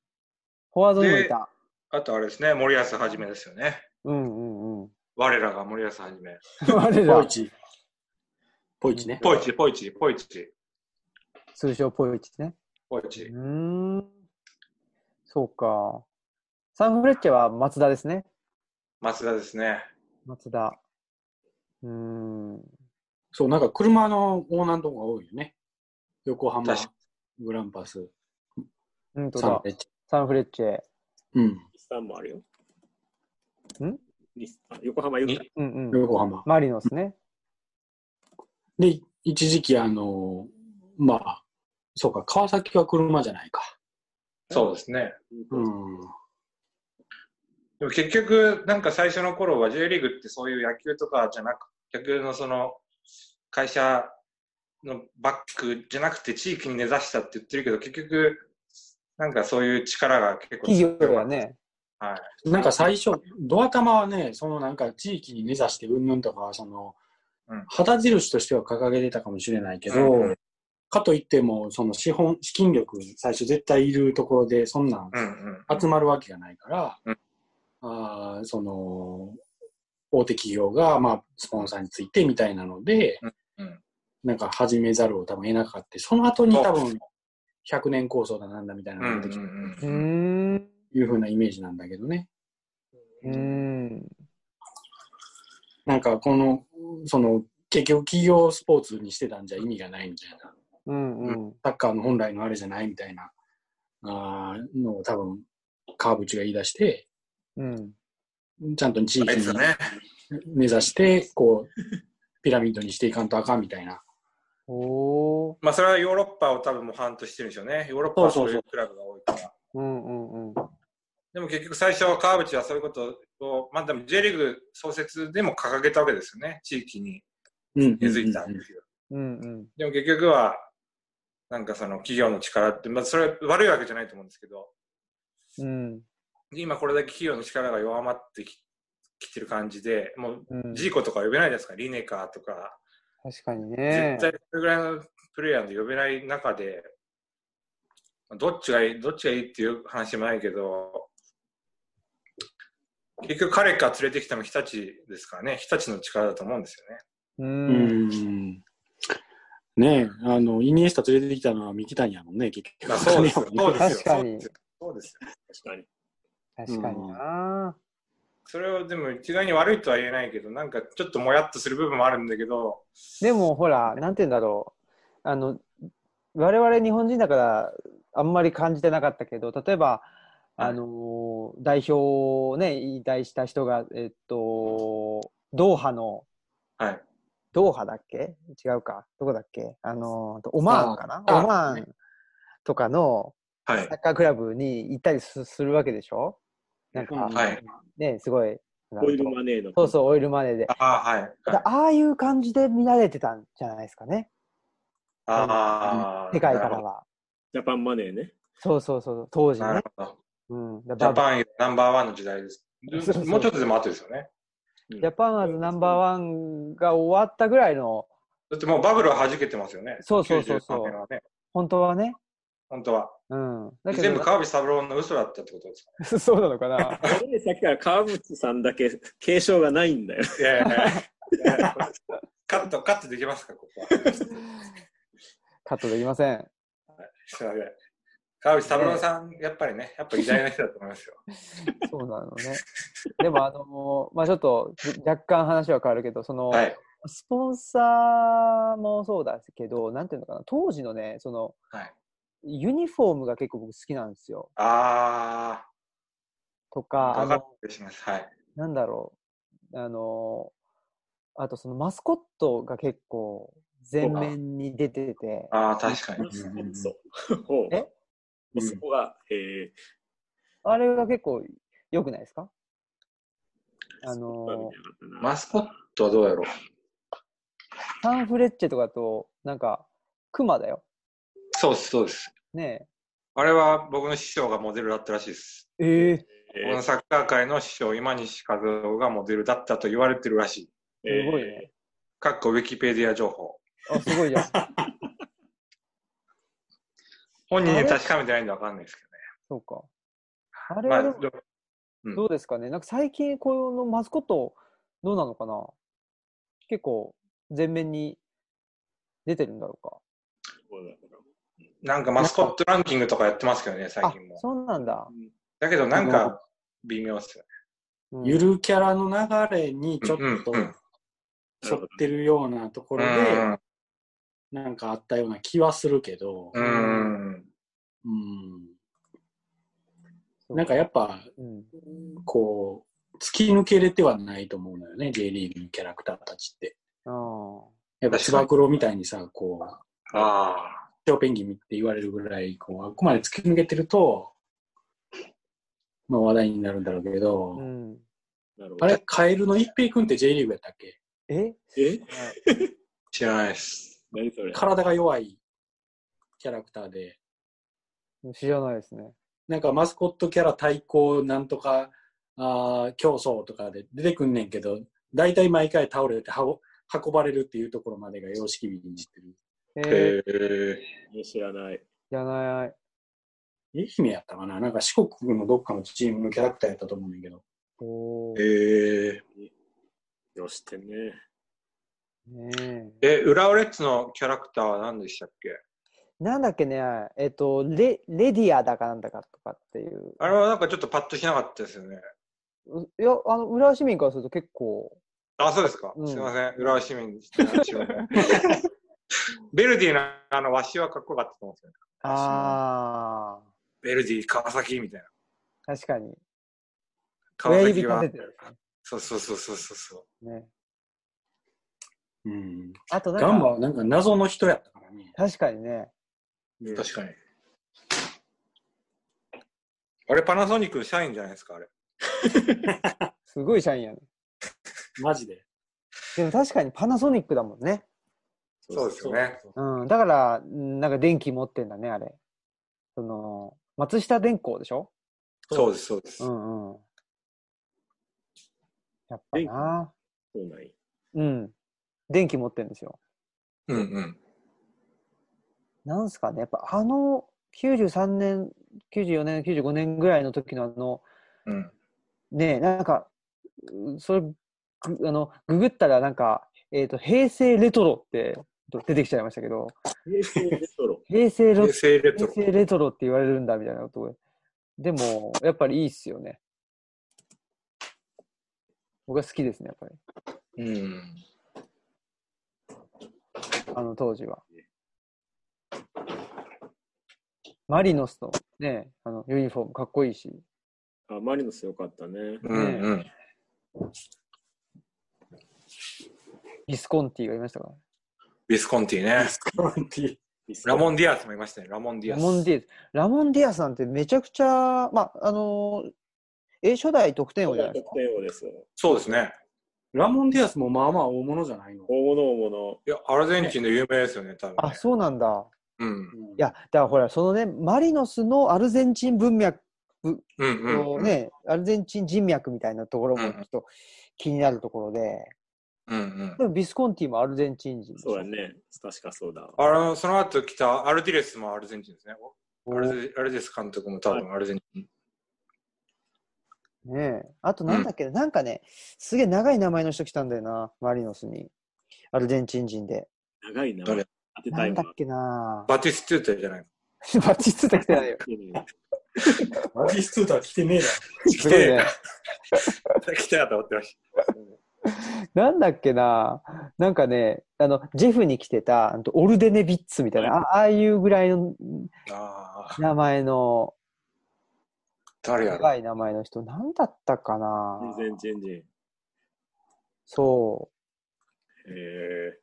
Speaker 2: ォワードにもいた。
Speaker 3: あとあれですね、森保はじめですよね。
Speaker 2: うんうん (laughs) うん。
Speaker 3: 我らが森保はじめ。
Speaker 2: 我
Speaker 4: ポイ
Speaker 2: ら、
Speaker 4: チ。ポイチね。
Speaker 3: ポイチ、ポイチ、ポイチ、
Speaker 2: 通称ポイチね。
Speaker 3: ポイ
Speaker 2: う
Speaker 3: チ。
Speaker 2: ーん。そうか。サンフレッチェは松田ですね。
Speaker 3: 松田ですね。
Speaker 2: 松田。うーん。
Speaker 4: そう、なんか車のオーナーのとこが多いよね。横浜
Speaker 3: 確か、
Speaker 4: グランパス、
Speaker 2: うんと
Speaker 4: サン
Speaker 2: だ
Speaker 4: フ。レッチ
Speaker 2: サンフレッチェ。
Speaker 4: ェ。
Speaker 1: 日産もあるよ。
Speaker 2: ん
Speaker 1: 日産横浜ユーカ
Speaker 2: うん
Speaker 4: う、
Speaker 2: うんん。
Speaker 4: 横浜。
Speaker 2: マリノスね。
Speaker 4: で、一時期、あのーまあ、そうか、川崎は車じゃないか。
Speaker 3: そうですね。
Speaker 4: うん。
Speaker 3: でも結局、なんか最初の頃は J リーグってそういう野球とかじゃなく、野球のその会社のバックじゃなくて地域に根ざしたって言ってるけど、結局、なんかそういう力が結構
Speaker 2: 企
Speaker 3: 強
Speaker 2: 業
Speaker 3: かった
Speaker 2: が。ね、
Speaker 4: なんか最初、ドア玉はね、そのなんか地域に根ざしてうんぬんとか、その
Speaker 3: うん、
Speaker 4: 旗印としては掲げてたかもしれないけど、
Speaker 3: うんうん
Speaker 4: かといっても、その資本、資金力、最初絶対いるところで、そんなん
Speaker 3: うんうん。
Speaker 4: 集まるわけがないから、
Speaker 3: うん
Speaker 4: あーその、大手企業が、まあ、スポンサーについてみたいなので、
Speaker 3: うんうん
Speaker 4: なんか始めざるを多分得なかった。その後に多分、100年構想だなんだみたいな
Speaker 3: う
Speaker 4: の
Speaker 3: ん
Speaker 4: が出てきた
Speaker 2: う
Speaker 3: うん
Speaker 2: ー
Speaker 3: うん。
Speaker 2: ん、う
Speaker 4: いうふうなイメージなんだけどね。
Speaker 2: ーん、
Speaker 4: なんかこの、その、結局企業スポーツにしてたんじゃ意味がないみたいな、
Speaker 2: うん、うん。
Speaker 4: サッカーの本来のあれじゃないみたいな、あーのを多分、川淵が言い出して、
Speaker 2: うん、
Speaker 4: ちゃんと地
Speaker 3: あ
Speaker 4: 域
Speaker 3: いつだ
Speaker 4: に
Speaker 3: ね。
Speaker 4: 目指して、こう、ピラミッドにしていかんとあかんみたいな。
Speaker 2: おー
Speaker 3: まあそれはヨーロッパを多分模範としてるんでしょうね。ヨーロッパはそういうクラブが多いから。
Speaker 2: うんうんうん
Speaker 3: でも結局最初、川淵はそういうことを、まあでも J リーグ創設でも掲げたわけですよね。地域に
Speaker 4: うん
Speaker 3: 根付いたんですよ。
Speaker 2: うんうん
Speaker 3: でも結局は、なんかその企業の力って、まあそれは悪いわけじゃないと思うんですけど、
Speaker 2: うん
Speaker 3: 今これだけ企業の力が弱まってききてる感じで、もう
Speaker 2: うん
Speaker 3: ジーコとか呼べないですか、リネカーとか、
Speaker 2: 確かにね
Speaker 3: 絶対それぐらいのプレイヤーで呼べない中で、まあどっちがいい、どっちがいいっていう話でもないけど、結局彼か連れてきたの日立ですからね、日立の力だと思うんですよね。
Speaker 2: う
Speaker 4: うんん。ねえ、あの、イニエスタ連れてきたのは三木谷やもんね、結局。
Speaker 3: まあそうですよ、そうですよ
Speaker 2: 確、かに
Speaker 3: そうですよ。
Speaker 1: 確かに。
Speaker 2: 確かにな
Speaker 3: それをでも一概に悪いとは言えないけど、なんかちょっともやっとする部分もあるんだけど、
Speaker 2: でもほらなんて言うんだろうあの我々日本人だからあんまり感じてなかったけど例えばあの代表をね引退した人がえっとドーハの
Speaker 3: はい。
Speaker 2: ドーハだっけ違うかどこだっけあのオマーンかな
Speaker 4: あ
Speaker 2: オマーンとかの
Speaker 3: はい
Speaker 2: サ。ッカークラブに行ったりすするわけでしょなんか、
Speaker 4: うん
Speaker 3: はい。
Speaker 2: ねすごい。
Speaker 1: オイルマネーの。
Speaker 2: そうそう、オイルマネーで。
Speaker 3: ああ、はい。
Speaker 2: だああいう感じで見られてたんじゃないですかね、
Speaker 3: ああ。
Speaker 2: 世界からは。
Speaker 1: ジャパンマネーね。
Speaker 2: そうそうそう、当時
Speaker 3: なる
Speaker 2: ね。
Speaker 3: ほど。
Speaker 2: うん、だ
Speaker 3: ジ
Speaker 2: バ
Speaker 3: ャパンナンバーワンの時代です。
Speaker 2: そうそうそう
Speaker 3: もうちょっとでも後ですよね。
Speaker 1: うん
Speaker 2: ジャパンアズナンバーワンが終わったぐらいの、
Speaker 3: だってもうバブルは弾けてますよね。
Speaker 2: そうそうそうそう
Speaker 3: 93年はね、
Speaker 2: 本当はね。
Speaker 3: 本当は。
Speaker 2: うん、だけ
Speaker 3: 全部
Speaker 2: ど、
Speaker 3: 川淵三郎の嘘だったってことですか
Speaker 2: (laughs) そうなのかな。
Speaker 1: これさっきから川淵さんだけ継承がないんだよ。
Speaker 3: いやいやいやいや。カット、カットできますか、ここは。
Speaker 2: カットできません。
Speaker 3: すいません川淵三郎さん、やっぱりね、やっぱ偉大な人だと思いますよ。
Speaker 2: そうなのね。でも、あのまあちょっと若干話 (laughs) は変わるけど、その、
Speaker 3: はい。
Speaker 2: スポンサーもそうだけど、なんていうのかな、当時のね、その、
Speaker 3: はい
Speaker 2: ユニフォームが結構僕好きなんですよ。
Speaker 3: あ
Speaker 2: と
Speaker 3: あ。
Speaker 2: か、あ
Speaker 3: わか
Speaker 2: の、
Speaker 3: ってします。はい。
Speaker 2: なんだろう、あのー、あとそのマスコットが結構前面に出てて、
Speaker 3: ああ、確かに。
Speaker 1: (laughs) そう。ほう
Speaker 2: え
Speaker 1: もうそこが、え
Speaker 2: あれが結構良くないですか
Speaker 1: ー、
Speaker 2: あの
Speaker 1: ま
Speaker 3: マスコットはどうやろう。
Speaker 2: ー、サンフレッチェとかと、なんか、クマだよ。
Speaker 3: そうです、そうです。
Speaker 2: ね
Speaker 3: あれは僕の師匠がモデルだったらしいです。
Speaker 2: え。え
Speaker 3: このサッカー界の師匠、今西和夫がモデルだったと言われてるらしい。
Speaker 2: すごいね。
Speaker 3: かっこウィキペディア情報。
Speaker 2: あ、すごいじゃん。
Speaker 3: 本人
Speaker 2: あ
Speaker 3: に
Speaker 2: れ
Speaker 3: 確かめてないんでわかんないですけ
Speaker 2: そうか。あれ
Speaker 3: どね。ま
Speaker 2: は
Speaker 3: あ
Speaker 2: でも、
Speaker 3: でもうん
Speaker 2: どうですかねなんか最近このマスコット、どうなのかな結構、前面に出てるんだろうか
Speaker 3: なんかマスコットランキングとかやってますけどね、最
Speaker 2: あ
Speaker 3: 近も。
Speaker 2: そうなんだ。
Speaker 3: だけどなんか微妙っすよね。
Speaker 2: うん
Speaker 4: ゆるキャラの流れにちょっと
Speaker 3: うんうん
Speaker 4: 沿ってるようなとこ
Speaker 3: う
Speaker 4: ろで、
Speaker 3: ん。
Speaker 4: なんかあったような気はするけど、
Speaker 3: うん。
Speaker 4: うん
Speaker 2: そう
Speaker 4: なんかやっぱ、
Speaker 2: うん、
Speaker 4: こう、突き抜けれてはないと思うのよね、J リーグのキャラクターたちって。
Speaker 2: あー
Speaker 4: やっぱ、つば九郎みたいにさ、こう、
Speaker 3: あ
Speaker 4: 超ペンギンって言われるぐらい、こう、あくまで突き抜けてると、まあ話題になるんだろうけど、
Speaker 2: うん、
Speaker 4: あれ、カエルの一平君って J リーグやったっけ
Speaker 2: え
Speaker 1: え
Speaker 3: あ。知らないです。
Speaker 1: 何それ
Speaker 4: 体が弱いキャラクターで、
Speaker 2: 知らないですね。
Speaker 4: なんかマスコットキャラ対抗なんとかあー競争とかで出てくんねんけど、大体毎回倒れてはご運ばれるっていうところまでが様式美にしてる。
Speaker 2: え
Speaker 3: へ
Speaker 2: ー、
Speaker 3: え。
Speaker 1: 知らない。
Speaker 2: 知らない。
Speaker 4: 愛媛やったかななんか四国のどっかのチームのキャラクターやったと思うねんだけど。
Speaker 2: おー
Speaker 3: へえ。
Speaker 1: よしてんね。
Speaker 2: ねえ
Speaker 3: え、浦和レッズのキャラクターは何でしたっけ
Speaker 2: なんだっけね、えっと、レレディアだかなんだかとかっていう。
Speaker 3: あれはなんかちょっとパッとしなかったですよね。
Speaker 2: ういや、あの、浦和市民からすると結構、
Speaker 3: あ、そうですか。
Speaker 2: うん
Speaker 3: すいません。浦和市民です。
Speaker 2: (laughs)
Speaker 3: ベルディのあの、わしはかっこよかったと思うんですよね。
Speaker 2: あ
Speaker 3: ベルディ、川崎みたいな。
Speaker 2: あ、確かに。
Speaker 3: 川
Speaker 2: 親指
Speaker 3: 崎
Speaker 2: 立
Speaker 3: は
Speaker 2: て。てる。
Speaker 3: そうそうそうそうそうそう。
Speaker 2: ね。
Speaker 4: うん。
Speaker 2: あとなんか、
Speaker 4: ガンバはなんか謎の人やったからね。
Speaker 2: 確かにね。
Speaker 1: うん
Speaker 3: 確かに。あれ、パナソニックの社員じゃないですか、あれ。
Speaker 2: すごい社員やね。
Speaker 4: マジで。 (laughs)
Speaker 2: でも確かにパナソニックだもんね。
Speaker 3: そうですよね。
Speaker 4: そうそう
Speaker 2: うん。だから、んなんか電気持ってんだね、あれ。その、松下電工でしょ
Speaker 3: そうです、そうで
Speaker 2: う
Speaker 3: す。
Speaker 2: んうん。やっぱな。
Speaker 1: そうなんや
Speaker 2: うん。電気持ってるんですよ。
Speaker 3: うんうん。
Speaker 2: なんすかね、やっぱあの93年、94年、95年ぐらいの時のあの、
Speaker 3: うん。
Speaker 2: ねえ、なんか、うそれ、ぐあの、ググったらなんか、えっ、と、平成レトロってと出てきちゃいましたけど、
Speaker 1: 平成レトロ。
Speaker 2: 平成ロ
Speaker 3: 平成レト
Speaker 2: 平
Speaker 3: ロ。
Speaker 2: 成レトロって言われるんだみたいなことで。でも、やっぱりいいっすよね。僕は好きですね、やっぱり。
Speaker 3: うん。
Speaker 2: あの当時は。マリノスのね、あのユニフォームかっこいいし。
Speaker 1: あ、マリノスよかったね。
Speaker 3: うんうん。
Speaker 2: ビスコンティがいましたから。
Speaker 3: ビスコンティね。ラモン・ディアスもいましたね、ラモン・ディア
Speaker 2: ラ
Speaker 3: ス。
Speaker 2: モン・ディアス。ラモン・ディアスなんてめちゃくちゃ、まあ、あのー、え、初代得点王じゃないです
Speaker 1: 得
Speaker 2: か。
Speaker 1: 点王ですよ。
Speaker 3: そうですね。
Speaker 4: ラモン・ディアスもまあまあ大物じゃないの。
Speaker 1: 大物大物。
Speaker 3: いや、アルゼンチンで有名ですよね、多分、ね。
Speaker 2: あ、そうなんだ。
Speaker 3: うん。
Speaker 4: うん
Speaker 2: いや、だからほら、そのね、マリノスのアルゼンチン文脈
Speaker 3: うんうん
Speaker 2: のね、アルゼンチン人脈みたいなところもちょっと気になるところで、
Speaker 3: うんうん
Speaker 2: で。もビスコンティもアルゼンチン人でしょ
Speaker 1: そうやね。確かそうだわ。
Speaker 3: あの、その後来たアルディレスもアルゼンチンですね。
Speaker 2: お
Speaker 3: アルディアルディレス監督も多分アルゼンチン。
Speaker 2: ねえ。あとなんだっけ、なんかね、すげえ長い名前の人来たんだよな、マリノスに。アルゼンチン人で。
Speaker 1: 長いな。当
Speaker 3: 誰
Speaker 1: て
Speaker 2: な
Speaker 1: たい
Speaker 2: んだ
Speaker 1: わ
Speaker 2: っ。けな (laughs)
Speaker 3: バティストゥータじゃない
Speaker 2: バッチつって来てないよ。
Speaker 4: マジストゥーター来てねえだ
Speaker 2: すごいね。
Speaker 3: 来たやと思ってまし
Speaker 2: なんだっけななんかね、あの、ジェフに来てた、あのオルデネビッツみたいな、あああいうぐらいの
Speaker 3: た。ああ、
Speaker 2: 名前の、
Speaker 3: 誰やろ
Speaker 2: 長い名前の人、なんだったかな
Speaker 1: アルゼンチン人。へ
Speaker 2: そ
Speaker 1: え
Speaker 2: う、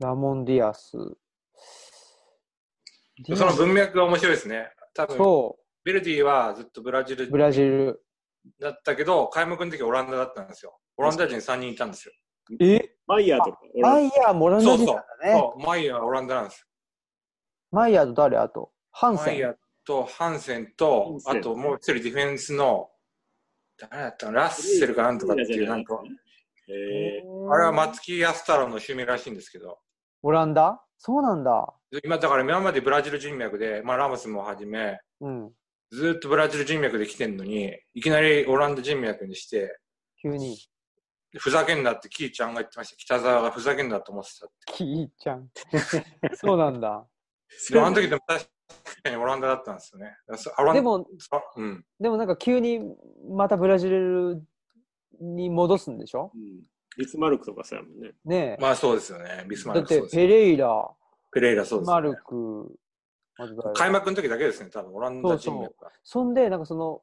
Speaker 2: ラモン・ディアス。ディアス
Speaker 3: その文脈が面白いですね。多分、
Speaker 2: そ
Speaker 3: ベルディはずっとブラジ
Speaker 2: う、
Speaker 3: ル
Speaker 2: ブラジル。
Speaker 3: だったけど、開幕の時オランダだったんですよ。オランダ人3人いたんですよ。
Speaker 2: え
Speaker 1: マイヤーとか。俺
Speaker 2: マイヤーもオラン
Speaker 3: そ
Speaker 2: ダ
Speaker 3: う
Speaker 2: 人
Speaker 3: そ
Speaker 2: なん
Speaker 3: う。
Speaker 2: だね。
Speaker 3: そうマイヤーはオランダなんですよ。
Speaker 2: マイヤーと誰あとハン
Speaker 3: マ
Speaker 2: セ
Speaker 3: イ
Speaker 2: ン。
Speaker 3: ヤとハンセン
Speaker 1: ハ
Speaker 3: と
Speaker 1: ン、セ
Speaker 3: あ
Speaker 1: ン
Speaker 3: ともう一人ディフェンスの、誰だったのラッセルかなんとかっていう、なんか、
Speaker 1: へえ
Speaker 3: あれは松木安太郎の趣味らしいんですけど、
Speaker 2: オランダそうなんだ。
Speaker 3: 今だから今までブラジル人脈で、まあ、ラモスもはじめ、
Speaker 2: うん、
Speaker 3: ずーっとブラジル人脈で来てんのに、いきなりオランダ人脈にして、
Speaker 2: 急に。
Speaker 3: ふざけんなってキーちゃんが言ってました。北沢がふざけんなと思ってたって。
Speaker 2: キーちゃん。 (laughs) そうなんだ。
Speaker 3: でもあの時でも確かにオランダだったんですよね。だからそオラン
Speaker 2: でも、
Speaker 3: そうん。
Speaker 2: でもなんか急にまたブラジルに戻すんでしょ
Speaker 1: うんビスマルクとかそうやもんね。
Speaker 2: ねえ。
Speaker 3: まあそうですよね。ビスマ
Speaker 2: だ
Speaker 3: ル
Speaker 2: っ
Speaker 3: クそう
Speaker 2: て
Speaker 3: です。
Speaker 2: ペレイラ、
Speaker 3: ペレイラそう
Speaker 2: ビス
Speaker 3: ですよ
Speaker 2: マ
Speaker 3: ね、
Speaker 2: ルク、あと誰
Speaker 3: 開幕の時だけですね、多分オランダ人脈が。
Speaker 2: そんで、なんかその、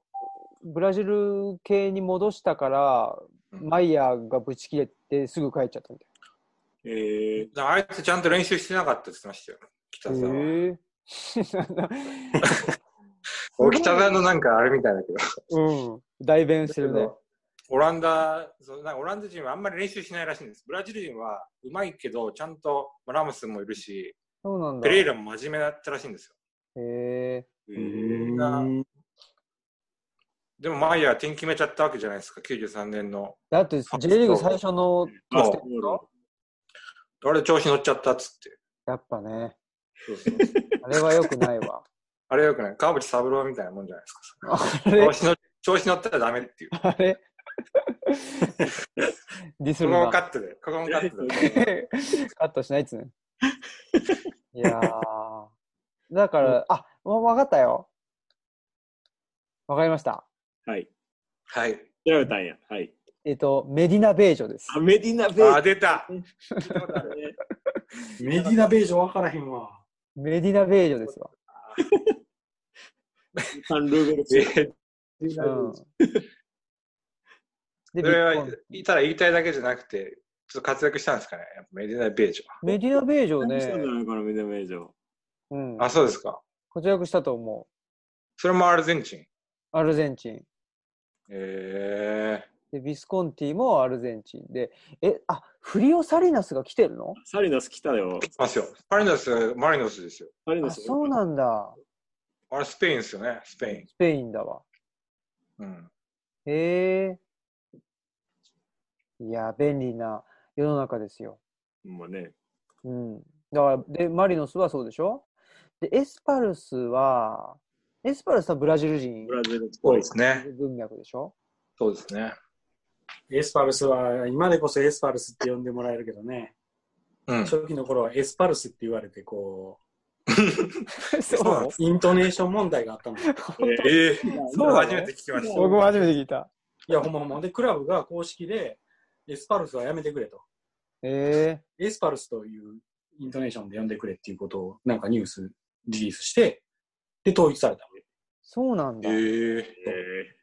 Speaker 2: ブラジル系に戻したから、
Speaker 3: うん
Speaker 2: マイヤーがぶち切れてすぐ帰っちゃったみた
Speaker 1: へえ
Speaker 3: だからあいつちゃんと練習してなかったって言ってましたよ。北
Speaker 2: い
Speaker 3: 沢
Speaker 2: な。
Speaker 3: は。 (laughs)
Speaker 2: (laughs) へえなんだ
Speaker 3: 俺北沢のなんかあれみたいだけど。
Speaker 2: うん。代弁してるね。
Speaker 3: オランダ、そうなんかオランダ人はあんまり練習しないらしいんです。ブラジル人はうまいけど、ちゃんとまあラモスもいるし、
Speaker 2: そうなんだ。
Speaker 3: ペ
Speaker 2: へ
Speaker 3: レイラも真面目だったらしいんですよ。
Speaker 2: え。
Speaker 3: んでも、マイヤー点決めちゃったわけじゃないですか、93年の。
Speaker 2: だって J リーグ最初の
Speaker 1: まあ
Speaker 3: そうあれ、調子乗っちゃったっつって。
Speaker 2: やっぱね、
Speaker 3: そうそうそう
Speaker 2: あれは良くないわ。
Speaker 3: あれよくない。川淵三郎みたいなもんじゃないです
Speaker 2: (laughs)
Speaker 3: か。
Speaker 2: あ
Speaker 3: 調
Speaker 2: れ、
Speaker 3: 子乗調子乗ったらダメっていう。こ
Speaker 2: (laughs) あ
Speaker 3: (laughs)
Speaker 2: れ。ディス
Speaker 3: こ
Speaker 2: る
Speaker 3: も
Speaker 2: な。
Speaker 3: カ
Speaker 2: カ
Speaker 3: ットで、ここもカットで。
Speaker 2: ットしないっつね。いやー。だから、あ、わわかったよ。わかりました。
Speaker 1: (laughs) はい。
Speaker 3: はい。
Speaker 1: 調べたんや。はい。
Speaker 2: えっ、と、メディナベージョです。
Speaker 1: あ、メディナベー
Speaker 3: あ、出た
Speaker 4: メディナベージョ分からへんわ。
Speaker 2: メディナベージョですわ。
Speaker 1: サンルーベル
Speaker 3: え
Speaker 1: ス
Speaker 3: ー
Speaker 4: メディナベ
Speaker 2: う
Speaker 4: ー
Speaker 2: ん
Speaker 4: ジョ。
Speaker 2: で
Speaker 3: それは
Speaker 2: ビッグボン、
Speaker 3: いたら言いたいだけじゃなくて、ちょっと活躍したんですかね。やっぱメディナ・ベージ
Speaker 2: メディナベージョ
Speaker 1: したんじゃ
Speaker 2: ね、
Speaker 1: ないかな、メディナベージョ。
Speaker 2: うん
Speaker 3: ョ。、あ、そうですか。
Speaker 2: 活躍したと思
Speaker 3: それもアルゼンチン。
Speaker 2: う。アルゼンチン。
Speaker 3: え
Speaker 2: で、ビスコンティもアルゼンチンで、え、あ、フリオ・サリナスが来てるの
Speaker 1: サリナス来たよ。
Speaker 3: ー、ますよ。マリノス、マリノスですよ。
Speaker 1: サリナ
Speaker 2: あ、
Speaker 1: ス。
Speaker 2: そうなんだ。
Speaker 3: あれ、スペインですよね、スペ
Speaker 2: スペインだわ。
Speaker 3: イン。うん。
Speaker 2: へえ。いや、便利な世の中ですよ。
Speaker 1: ほんまね。
Speaker 2: うん。だから、で、マリノスはそうでしょで、エスパルスは、エスパルスはブラジル人
Speaker 1: ブラジルっ
Speaker 3: そう
Speaker 1: ぽい
Speaker 3: で。すね。
Speaker 2: 文脈でしょ
Speaker 3: そうですね。
Speaker 4: エスパルスは、今でこそエスパルスって呼んでもらえるけどね、
Speaker 3: うん。
Speaker 4: 初期の頃はエスパルスって言われて、こ
Speaker 2: そう
Speaker 3: なの
Speaker 4: う、イントネーション問題が
Speaker 3: (laughs)
Speaker 4: あったの。い
Speaker 3: ええ
Speaker 2: そうなの
Speaker 3: 初めて聞きました。
Speaker 2: 僕も初めて聞いた。
Speaker 4: や、ほんまほんま。で、クラブが公式で、エスパルスはやめてくれと。
Speaker 2: え
Speaker 4: エスパルスというイントネーションで呼んでくれっていうことを、なんかニュースリリースして、で、統一された
Speaker 2: そうなんだ。
Speaker 3: ええ
Speaker 1: ええ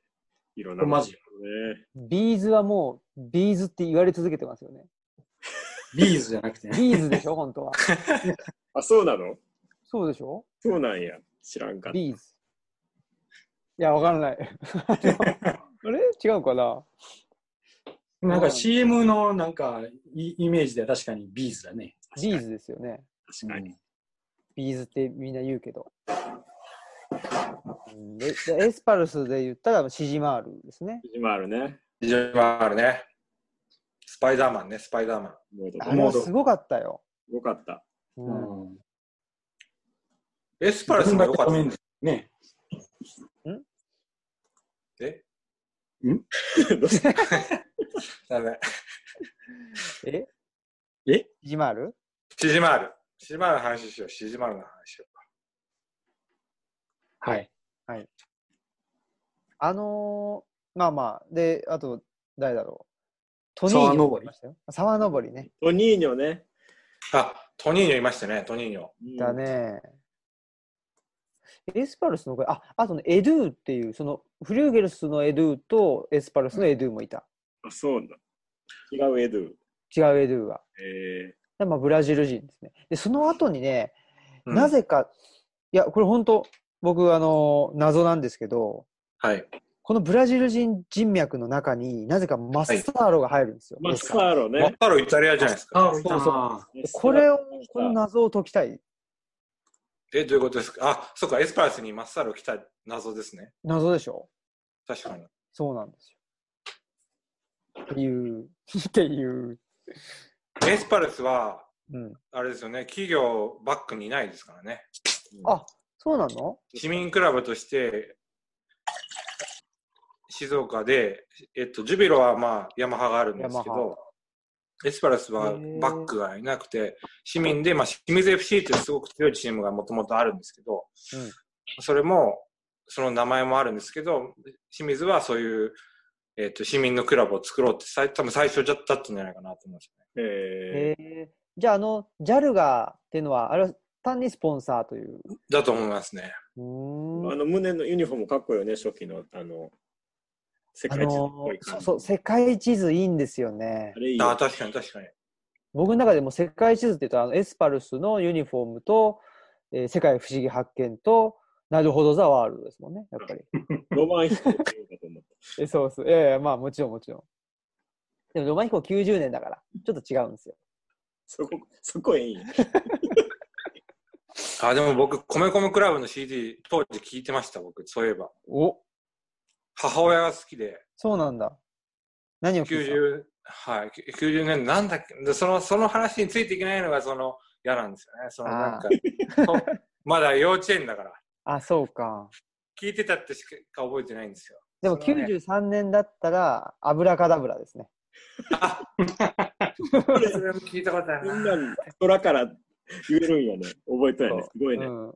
Speaker 1: いろん
Speaker 4: の。
Speaker 1: な。
Speaker 4: マジ
Speaker 1: ね
Speaker 4: よ。。
Speaker 2: ビーズはもう、ビーズって言われ続けてますよね。
Speaker 4: ビーズじゃな
Speaker 3: (laughs)
Speaker 4: くてね。
Speaker 2: ビーズでしょ、本当は。
Speaker 1: あ、そうなの
Speaker 2: そうでしょ
Speaker 1: そうなんや。知らんかった。
Speaker 2: ビーズ。いや、わからない。あれ違うかな
Speaker 4: なんか CM のなんかイイメージでは確かにビーズだね。
Speaker 2: ビーズですよね。
Speaker 1: 確かに。
Speaker 2: ビーズってみんな言うけど。うんででエスパルスで言ったらシジマールですね。
Speaker 1: 今あるね。
Speaker 3: 非常にあるね。スパイダーマンね、スパイダーマン。
Speaker 1: もうと
Speaker 2: あ
Speaker 1: て
Speaker 2: れ
Speaker 1: も
Speaker 2: は
Speaker 1: す
Speaker 2: すごかったよ。
Speaker 1: ごかった。
Speaker 2: う
Speaker 4: うんん。
Speaker 3: エスパルスも良かったね。
Speaker 4: ね。
Speaker 3: え
Speaker 1: どうした
Speaker 3: (laughs) ダメ。
Speaker 2: え
Speaker 4: え
Speaker 2: シジマール
Speaker 3: シジマール。シジマールの話しよう。シジマールの話を。
Speaker 4: はい。
Speaker 2: あのーまあまあ、で、あと、誰だろう。トニー
Speaker 4: 沢
Speaker 2: ニョ
Speaker 4: 登り
Speaker 2: いましたよ。沢登りね。
Speaker 1: トニーニョね。
Speaker 3: あ、トニーニョいましたね、トニーニョ。
Speaker 1: うん
Speaker 2: だ。ね。エスパルスの声、あ、あとね、エドゥっていう、その、フリューゲルスのエドゥとエスパルスのエドゥもいた。
Speaker 1: あ、そうだ。違うエドゥ。
Speaker 2: 違うエドゥが。
Speaker 1: ええ
Speaker 2: でまあ、ブラジル人ですね。で、その後にね、
Speaker 3: うん
Speaker 2: なぜか、いや、これ本当、僕、あの、謎なんですけど、
Speaker 3: はい。
Speaker 2: このブラジル人人脈の中になぜかマッサーロが入るんですよ。
Speaker 1: マ
Speaker 2: エ
Speaker 1: ス
Speaker 2: ス
Speaker 1: カ
Speaker 2: パル
Speaker 1: ーロ
Speaker 3: マ
Speaker 1: ね
Speaker 3: ッ。パロイタリアじゃないですか。
Speaker 4: あ、そうそ
Speaker 2: スこれを、この
Speaker 1: な。
Speaker 2: 謎を解きたい。
Speaker 3: え、どういうことですかあ、そっか、エスパルスにマッサール来た謎ですね。
Speaker 2: 謎でしょ
Speaker 3: 確かに。
Speaker 2: そうなんですよ。っていう、 (laughs) っていう、
Speaker 3: エスパルスは、
Speaker 2: うん。
Speaker 3: あれですよね、企業バックにいないですからね。
Speaker 2: あ、そうなの
Speaker 3: 市民クラブとして、静岡で、えっと、ジュビロはまあ、ヤマハがあるんですけ
Speaker 2: ヤマ
Speaker 3: ど、エスパルス
Speaker 2: へ
Speaker 3: は
Speaker 2: ー
Speaker 3: バックがいなくて、市民で、まあ、清水 FC ってすごく強いチームがもともとあるんですけど、
Speaker 2: うん
Speaker 3: それも、その名前もあるんですけど、清水はそういう、えっと、市民のクラブを作ろうって、さい多分最初だったんじゃないかなと思うんですよね。
Speaker 1: ええ
Speaker 2: へえ。じゃあ、あの、JAL がっていうのは、あれは単にスポンサーという。
Speaker 3: だと思いますね。
Speaker 2: う
Speaker 1: あ
Speaker 2: ーん。
Speaker 1: の胸のユニフォームかっこいいよね、初期の。あの、世
Speaker 2: あ
Speaker 1: 界一の
Speaker 2: の
Speaker 1: っぽい
Speaker 2: そ
Speaker 1: 感
Speaker 2: う
Speaker 1: じ
Speaker 2: そう、世界地図いいんですよね
Speaker 1: あ。れいい
Speaker 3: あ
Speaker 1: よ。
Speaker 3: 確かに確かに。
Speaker 2: 僕の中でも世界地図って言うと、あのエスパルスのユニフォームと、えー世界不思議発見と、なるほどザワールドですもんね、やっぱり。
Speaker 1: ロマン飛行って言うかと思った。
Speaker 2: えそうそう。いやいや、まあもちろんもちろん。でもロマン飛行90年だから、ちょっと違うんですよ。
Speaker 1: そこ、そこええんや。
Speaker 3: あ、でも僕、米米クラブの CD、当時聞いてました、僕、そういえば。
Speaker 2: お
Speaker 3: 母親が好きで、
Speaker 2: そうなんだ。何を聞いた
Speaker 3: 90、はい、90年、なんだっけでその、その話についていけないのが、その、嫌なんですよね。その、なんか、とまだ幼稚園だから、
Speaker 2: あ、そうか。
Speaker 3: 聞いてたってしか覚えてないんですよ。
Speaker 2: でも
Speaker 3: そのね
Speaker 2: 93年だったら、アブラカダブラですね。
Speaker 3: それも聞いたことあ
Speaker 1: み
Speaker 3: る
Speaker 1: ん
Speaker 3: な。
Speaker 1: な空から言えるんやね。覚えとんやね。すごいね。
Speaker 2: うん、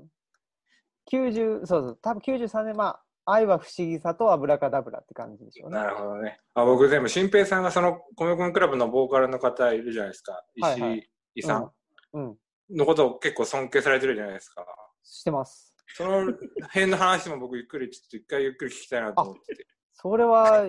Speaker 2: 90、そうそう、多分93年、まあ、愛は不思議さとアブラカダブラって感じでしょうね。
Speaker 3: なるほどね。あ僕、でも、新平さんが、その、米米クラブのボーカルの方いるじゃないですか。石井
Speaker 2: はいはい
Speaker 3: さん
Speaker 2: うん。うん、
Speaker 3: のことを結構尊敬されてるじゃないですか。
Speaker 2: してます。
Speaker 3: その辺の話も僕、ゆっくり、ちょっと一回ゆっくり聞きたいなと思ってて。
Speaker 2: それは、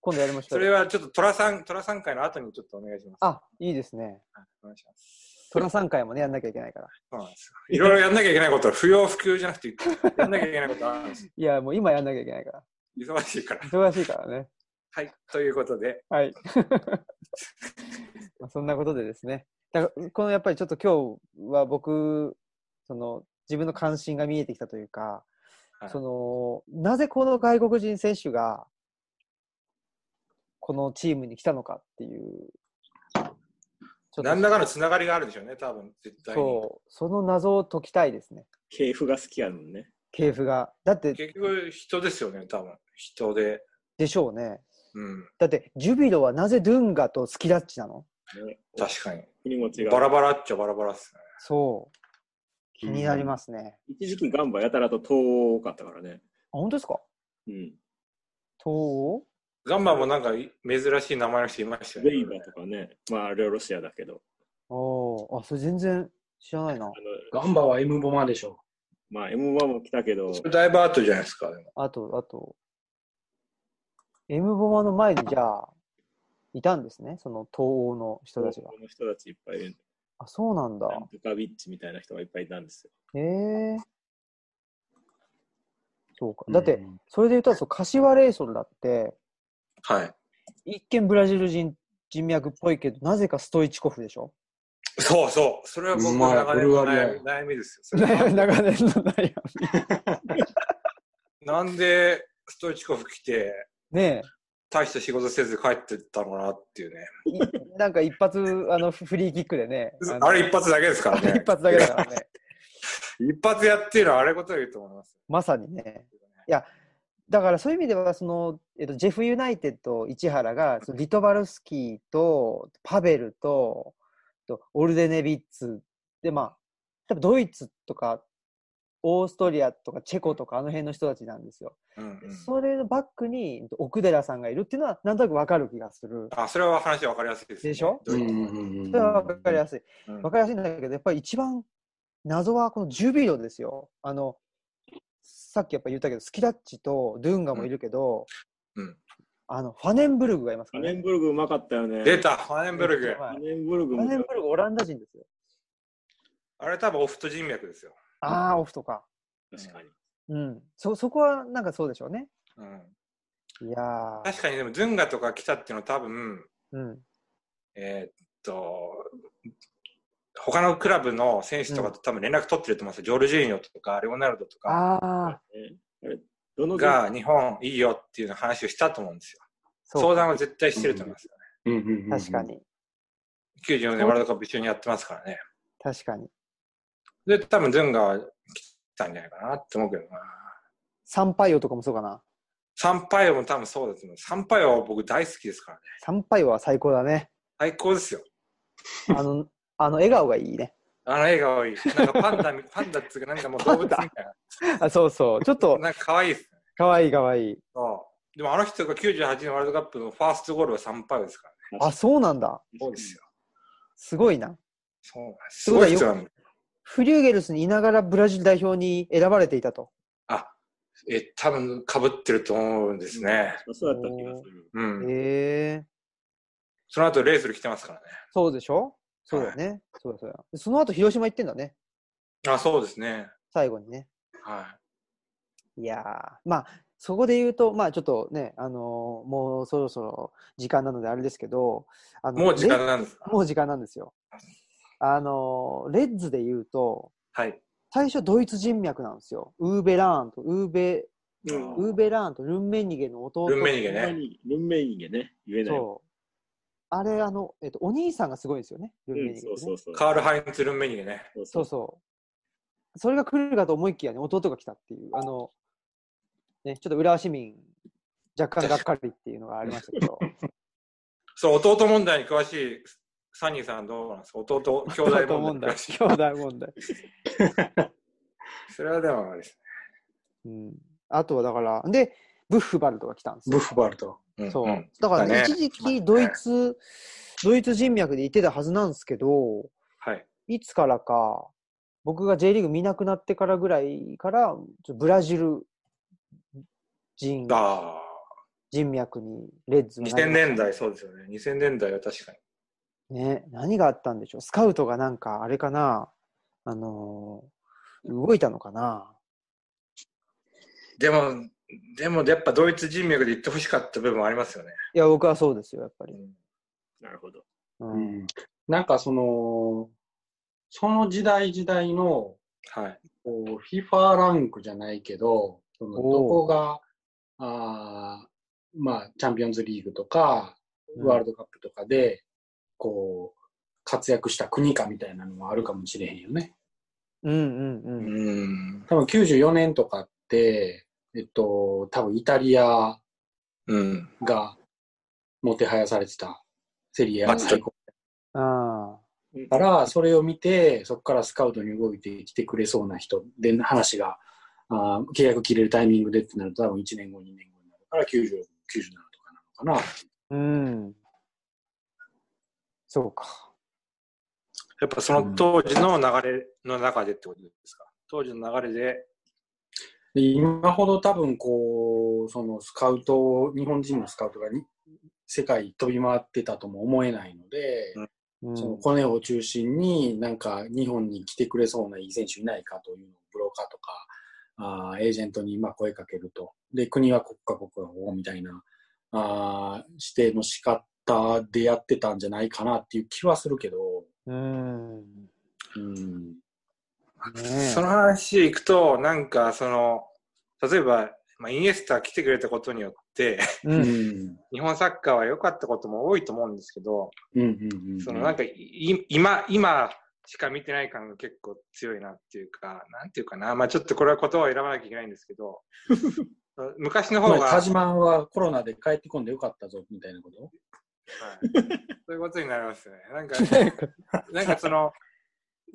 Speaker 2: 今度やりましょ
Speaker 3: そうれ
Speaker 2: よ。
Speaker 3: はちょっと寅さん、寅さん会の後にちょっとお願いします。
Speaker 2: あ、いいですね。
Speaker 3: はいお願いします。
Speaker 2: トラ3回もね、やんなきゃいけないから。
Speaker 3: そうなんですよ。いろいろやんなきゃいけないことは不要不急じゃなくて、やんなきゃいけないことはあるんですよ。
Speaker 2: いや、もう今やんなきゃいけないから。
Speaker 3: 忙しいから。
Speaker 2: 忙しいからね。
Speaker 3: はい。ということで、
Speaker 2: はい。 (laughs) まあそんなことでですね。だからこのやっぱりちょっと今日は僕、その自分の関心が見えてきたというか、
Speaker 3: はい
Speaker 2: そのなぜこの外国人選手がこのチームに来たのかっていう、ちょっ
Speaker 3: 何
Speaker 2: と
Speaker 3: らかのつながりがあるんでしょうね、多分、絶対に。
Speaker 2: そうその謎を解きたいですね、
Speaker 1: 系譜が好きやもんね。
Speaker 2: 系譜が。だって、
Speaker 3: 結局、人ですよね、多分。人で。
Speaker 2: でしょうね。
Speaker 3: うん。
Speaker 2: だって、ジュビロはなぜドゥンガとスキラッチなの
Speaker 1: ね
Speaker 3: 確かに。
Speaker 1: 国も違う
Speaker 3: バ。ラバラっちゃバラバラっすね。
Speaker 2: そう。気になりますね。
Speaker 1: 一時期ガンバやたらと遠かったからね。
Speaker 2: あ、本当ですか
Speaker 1: うん。
Speaker 2: 東欧
Speaker 3: ガンバもなんかい珍しい名前の人いましたよ
Speaker 1: ウェ
Speaker 3: ね。
Speaker 1: イバーとかね。まあ、あれはロシアだけど。
Speaker 2: ああ、それ全然知らないな
Speaker 1: あ。
Speaker 4: ガンバは M ボマでしょ。
Speaker 1: の、まあ、M1 も来たけど、
Speaker 3: それだいぶ後じゃないですか、でも
Speaker 2: あと、あと、M ボマの前にじゃあ、いたんですね、その東欧の人たちが
Speaker 1: こ。の人たちいっぱいいる。
Speaker 2: あ、そうなんだ。
Speaker 1: ドカビッチみたいな人がいっぱいいたんですよ。
Speaker 2: へえ。そうか。だって、それで言ったら、そう柏レイソルだって、
Speaker 3: はい。
Speaker 2: 一見ブラジル人人脈っぽいけど、なぜかストイチコフでしょ
Speaker 3: そうそう。それは僕
Speaker 4: う
Speaker 3: の
Speaker 4: まい
Speaker 3: 長年の
Speaker 4: ブルガリ
Speaker 3: 悩み悩みですよ。それは
Speaker 2: 長年の悩み。
Speaker 3: なんでストイチコフ来て、
Speaker 2: ね
Speaker 3: 大した仕事せず帰ってったのかなっていうね。
Speaker 2: え。いなんか一発、あの、フリーキックで
Speaker 3: (laughs)
Speaker 2: ね。の
Speaker 3: あれ一発だけですからね
Speaker 2: (laughs) 一。発だけだからね。
Speaker 3: (laughs) 一発やっていうのはあれこと言うと思います。
Speaker 2: まさにね。いや、だからそういう意味では、その、えっと、ジェフユナイテッド市原が、そのリトバルスキーと、パベルと、とオルデネビッツで、まあ、多分ドイツとか、オーストリアとかチェコとかあの辺の人たちなんですよ。
Speaker 3: うんうん
Speaker 2: でそれのバックにえっと奥寺さんがいるっていうのはなんとなくわかる気がする。
Speaker 3: あ、それは話分かりやすいです、ね。
Speaker 2: でしょ
Speaker 3: どういうこ
Speaker 2: それはわかりやすい。
Speaker 3: とうん
Speaker 2: わかりやすいんだけど、やっぱり一番謎はこのジュビロですよ。あの、さっきやっぱ言ったけど、スキラッチとドゥンガもいるけど、
Speaker 3: うんうん
Speaker 2: あの、ファネンブルグがいますか
Speaker 1: ア
Speaker 2: ら
Speaker 1: ネ
Speaker 2: ね
Speaker 1: ン。ブルグうまかったよね。
Speaker 3: 出た、ファネンブルグ。
Speaker 2: は
Speaker 1: ア
Speaker 2: い
Speaker 1: ネンブルグ
Speaker 2: ファ
Speaker 1: も
Speaker 2: ネンブルグ、オランダ人ですよ。
Speaker 3: あれ多分オフト人脈ですよ。
Speaker 2: ああ、オフとか。
Speaker 1: 確かに。
Speaker 2: うん。そ、そこはなんかそうでしょうね。
Speaker 3: うん、
Speaker 2: いやー。
Speaker 3: 確かにでも、ズンガとか来たっていうのは多分、
Speaker 2: うん。
Speaker 3: えーっと、他のクラブの選手とかと多分連絡取ってると思うんですよ。ジョルジーニョとか、レオナルドとか
Speaker 2: ああ、
Speaker 1: ねあれどの
Speaker 3: が日本いいよっていう話をしたと思うんですよ。
Speaker 2: そ
Speaker 3: 相
Speaker 2: うか。
Speaker 3: 談は絶対してると思いますよね。
Speaker 4: うんうんうんうん
Speaker 2: 確か。に。
Speaker 3: 94年ワールドカップ一緒にやってますからね。
Speaker 2: 確かに。
Speaker 3: で、多分ズンガは来たんじゃないかなって思うけどな。
Speaker 2: サンパイオとかもそうかな。
Speaker 3: サンパイオも多分そうだと思う。サンパイオは僕大好きですからね。
Speaker 2: サンパイオは最高だね。
Speaker 3: 最高ですよ。
Speaker 2: あの、あの笑顔がいいね。
Speaker 3: あの笑顔いい。なんかパンダ (laughs) み、パンダっつうか、なんかもう動物みたい
Speaker 2: あ、そうそう。ちょっ
Speaker 3: な。
Speaker 2: と、
Speaker 3: なんか可愛いですね。
Speaker 2: かわいいかわいい。
Speaker 3: そう。でもあの人が98年ワールドカップのファーストゴールはサンパイオですからね。
Speaker 2: あ、そうなんだ。
Speaker 3: そうですよ。
Speaker 2: すごいな。
Speaker 3: そうなんです。
Speaker 2: す
Speaker 3: す
Speaker 2: ご
Speaker 3: ご
Speaker 2: い
Speaker 3: い
Speaker 2: よ
Speaker 3: 人なんだ。
Speaker 2: フリューゲルスにいながらブラジル代表に選ばれていたと。
Speaker 3: あ、え、多分被ってると思うんですね。
Speaker 1: そうだった気がする。
Speaker 3: うん。
Speaker 2: へえ
Speaker 3: その後レースル来てますからね。
Speaker 2: そうでしょそうだよね。そうだそうだ。その後広島行ってんだね。
Speaker 3: あ、そうですね。
Speaker 2: 最後にね。
Speaker 3: は
Speaker 2: いやーまあそこで言うとまあちょっとねあのーもうそろそろ時間なのであれですけどあの
Speaker 3: もう時間なんですか
Speaker 2: レもう時間なんですよあのーレッズで言うと
Speaker 3: はい。
Speaker 2: 最初ドイツ人脈なんですよウーベラーンとウーベ
Speaker 1: うん
Speaker 2: ウーベラーンとルンメニゲの弟
Speaker 3: ルンメニゲね。
Speaker 1: ルンメインゲね、言えない。
Speaker 2: そうあれあの、えっと、お兄さんがすごいんですよねルンメニゲ、
Speaker 1: ん、
Speaker 2: ね
Speaker 1: そうそうそう。
Speaker 3: カール・ハインツ・ルンメニゲね。
Speaker 1: そう
Speaker 2: そうそう。それが来るかと思いきやね、弟が来たっていう、あの、ね、ちょっと浦和市民、若干がっかりっていうのがありましたけど、
Speaker 3: そう、弟問題に詳しいサニーさんどうなんですか弟、兄弟問題に詳しい。
Speaker 2: 兄弟問題。
Speaker 3: それはでもあれです
Speaker 2: うん。あとはだから、で、ブッフバルトが来たんです
Speaker 4: ブ
Speaker 2: よ
Speaker 4: ッ。フバルト。
Speaker 3: ね。ん
Speaker 2: そう。
Speaker 3: ん
Speaker 2: だから、ね
Speaker 3: だ
Speaker 2: 一
Speaker 3: ね
Speaker 2: 時期ドイツ、ドイツ人脈で行ってたはずなんですけど、
Speaker 3: はい。
Speaker 2: いつからか、僕が J リーグ見なくなってからぐらいから、ちょっとブラジル人
Speaker 3: ああ。
Speaker 2: 人脈にレッズがなりました
Speaker 3: 2000年代、そうですよね。2000年代は確かに。
Speaker 2: ね、何があったんでしょう。スカウトがなんか、あれかな、あのー動いたのかな。
Speaker 3: でも、でもやっぱドイツ人脈で行ってほしかった部分もありますよね。
Speaker 2: いや、僕はそうですよ、やっぱり。
Speaker 1: なるほど。
Speaker 2: う。
Speaker 4: うんんなんかその、その時代時代の、
Speaker 3: はい。
Speaker 4: こう、FIFA ランクじゃないけど、そのど
Speaker 2: おう
Speaker 4: こが、あーまあ、チャンピオンズリーグとか、
Speaker 2: うん
Speaker 4: ワールドカップとかで、こう、活躍した国かみたいなのもあるかもしれへんよね。
Speaker 2: うんうんうん。
Speaker 3: ん。
Speaker 4: 多分94年とかって、えっと、多分イタリア
Speaker 3: うん。
Speaker 4: がもてはやされてたセリア
Speaker 3: まあ
Speaker 4: 最高
Speaker 2: ああ。
Speaker 4: だから、それを見て、そこからスカウトに動いてきてくれそうな人で話が、あー契約切れるタイミングでってなると、多分1年後、2年後になるから、90、97とかなのか
Speaker 2: うん。そうか。
Speaker 3: やっぱその当時の流れの中でってことですか。当時の流れで、
Speaker 4: な。で今ほど多分、こう、そのスカウト、日本人のスカウトがに世界飛び回ってたとも思えないので、
Speaker 2: うん、
Speaker 4: そのコネを中心に、なんか日本に来てくれそうないい選手いないかというのをブローカーとか、あーエージェントにまあ声かけると。で、国は国家国家法みたいな、あー指定の仕方でやってたんじゃないかなっていう気はするけど、
Speaker 2: うん。
Speaker 4: うん。
Speaker 2: ね
Speaker 3: その話行くと、なんかその、例えば、まあ、イニエスタ来てくれたことによって、 (laughs)
Speaker 2: う。
Speaker 4: うんん。
Speaker 3: 日本サッカーは良かったことも多いと思うんですけど、
Speaker 4: うん。うん。うん
Speaker 3: そのなんかい今、今しか見てない感が結構強いなっていうか、なんていうかな、まあちょっとこれは言葉を選ばなきゃいけないんですけど、 (laughs) 昔の方
Speaker 4: まあ
Speaker 3: が、
Speaker 4: 田島はコロナで帰ってこんでよかったぞ、みたいなこと
Speaker 3: はいそういうことになりますよね。なん
Speaker 4: (laughs)
Speaker 3: か、なんかその、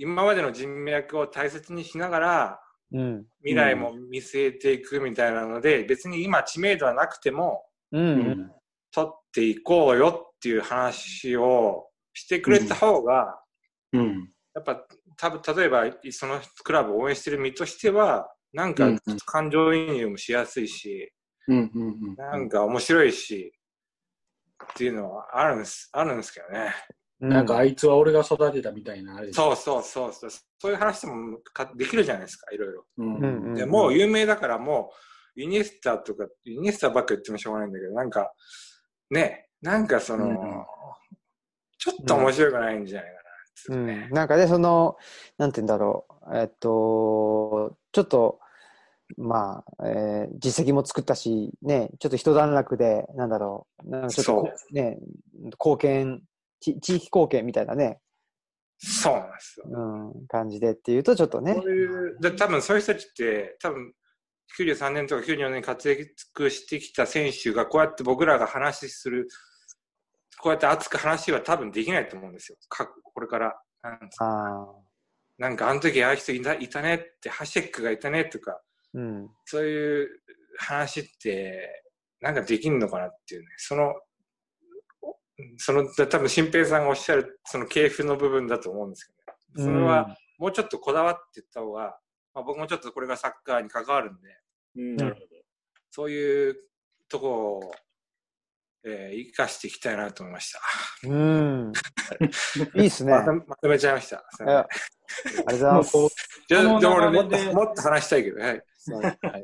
Speaker 3: 今までの人脈を大切にしながら、
Speaker 2: うん。
Speaker 3: 未来も見据えていくみたいなので、別に今知名度はなくても、
Speaker 2: う。。
Speaker 4: うん
Speaker 3: 取っていこうよっていう話をしてくれた方が、
Speaker 4: うん。
Speaker 3: やっぱ、たぶ例えば、そのクラブを応援してる身としては、なんか
Speaker 4: うんうん
Speaker 3: 感情移入もしやすいし、
Speaker 4: うん。うん。
Speaker 3: なんか面白いし、っていうのはあるんです、あるんですけどね。
Speaker 4: なんかあいつは俺が育てたみたいな、あれでしょ
Speaker 3: そうそうそうそう。そういう話もかできるじゃないですか、いろいろ。
Speaker 4: うん。
Speaker 2: うんうん。
Speaker 3: でもう
Speaker 2: う
Speaker 3: 有名だからもう、イニエスタとか、イニエスタばっか言ってもしょうがないんだけど、なんか、ね、なんかその、
Speaker 4: うん
Speaker 3: ちょっと面白くないんじゃないか
Speaker 2: う
Speaker 3: な、
Speaker 2: ん、
Speaker 3: ね
Speaker 2: なんかね、その、なんて言うんだろう、えっと、ちょっと、まあ、えー実績も作ったし、ね、ちょっと一段落で、なんだろう、なんかちょっとこね、貢献ち、地域貢献みたいなね、
Speaker 3: そうなんですよ。
Speaker 2: うん、感じでっていうと、ちょっとね
Speaker 3: こ、ういう、で多分そういう人たちって、多分93年とか94年に活躍してきた選手が、こうやって僕らが話する、こうやって熱く話は多分できないと思うんですよ。かこれから。なんつ
Speaker 2: ああ、
Speaker 3: なんかあの時ああいう人いたいたねって、ハシェックがいたねとか、
Speaker 2: うん、
Speaker 3: そういう話って、なんかできんのかなっていうね。その、おその、多分新平さんがおっしゃる、その系譜の部分だと思うんですけど、ね、それは、もうちょっとこだわっていった方が、まあ、僕もちょっとこれがサッカーに関わるんで、
Speaker 1: うん、なるほど。
Speaker 3: そういうとこを、えー、生かしていきたいなと思いました。 (laughs)
Speaker 2: うん、いいっすね。
Speaker 3: まとめまとめちゃいました。す
Speaker 2: い
Speaker 3: いません
Speaker 2: やありがとうございます。
Speaker 3: じゃあ、
Speaker 4: この
Speaker 3: じゃあ俺
Speaker 4: 流れ
Speaker 3: もっと
Speaker 4: で
Speaker 3: もっと話したいけど、はい。すいませんはい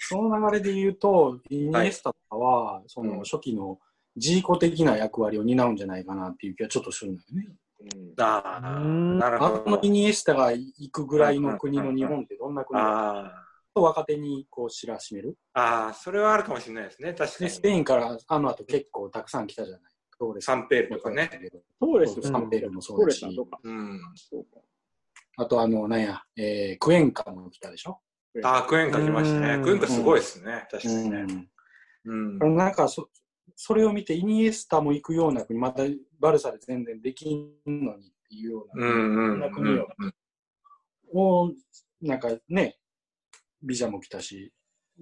Speaker 4: その流れで言うと、イニエスタとかは、その初期のジーコ的な役割を担うんじゃないかなっていう気はちょっとするんだよね。
Speaker 1: うん
Speaker 3: ああ、なるほ
Speaker 4: あの
Speaker 3: ど
Speaker 4: イ。ニエスタが行くぐらいの国の日本ってどんな国か
Speaker 3: あ
Speaker 4: と若手にこう知らしめる。
Speaker 3: あ、ああ、それはあるかもしれないですね。確か
Speaker 4: で、
Speaker 3: に。
Speaker 4: スペインからあの後結構たくさん来たじゃない。トーレス
Speaker 3: サンペールとかね。
Speaker 1: トーレス、
Speaker 4: サンペールも
Speaker 1: ト
Speaker 4: そ
Speaker 1: ー
Speaker 4: う
Speaker 1: レ
Speaker 4: だ
Speaker 1: ス
Speaker 4: し
Speaker 1: さん、とか。
Speaker 3: うん。
Speaker 1: そうか
Speaker 4: あとあの、なんや、えークエンカも来たでしょ。
Speaker 3: ああ、クエンカ来ました
Speaker 6: う
Speaker 3: ね。
Speaker 6: ん
Speaker 3: クエンカすごいですね。確かにね。うん。
Speaker 4: なんかそ、それを見て、イニエスタも行くような国、またバルサで全然できんのにっていうよう
Speaker 3: う
Speaker 4: な、
Speaker 3: んうん
Speaker 4: こんな国ををなんかね、ビザも来たし、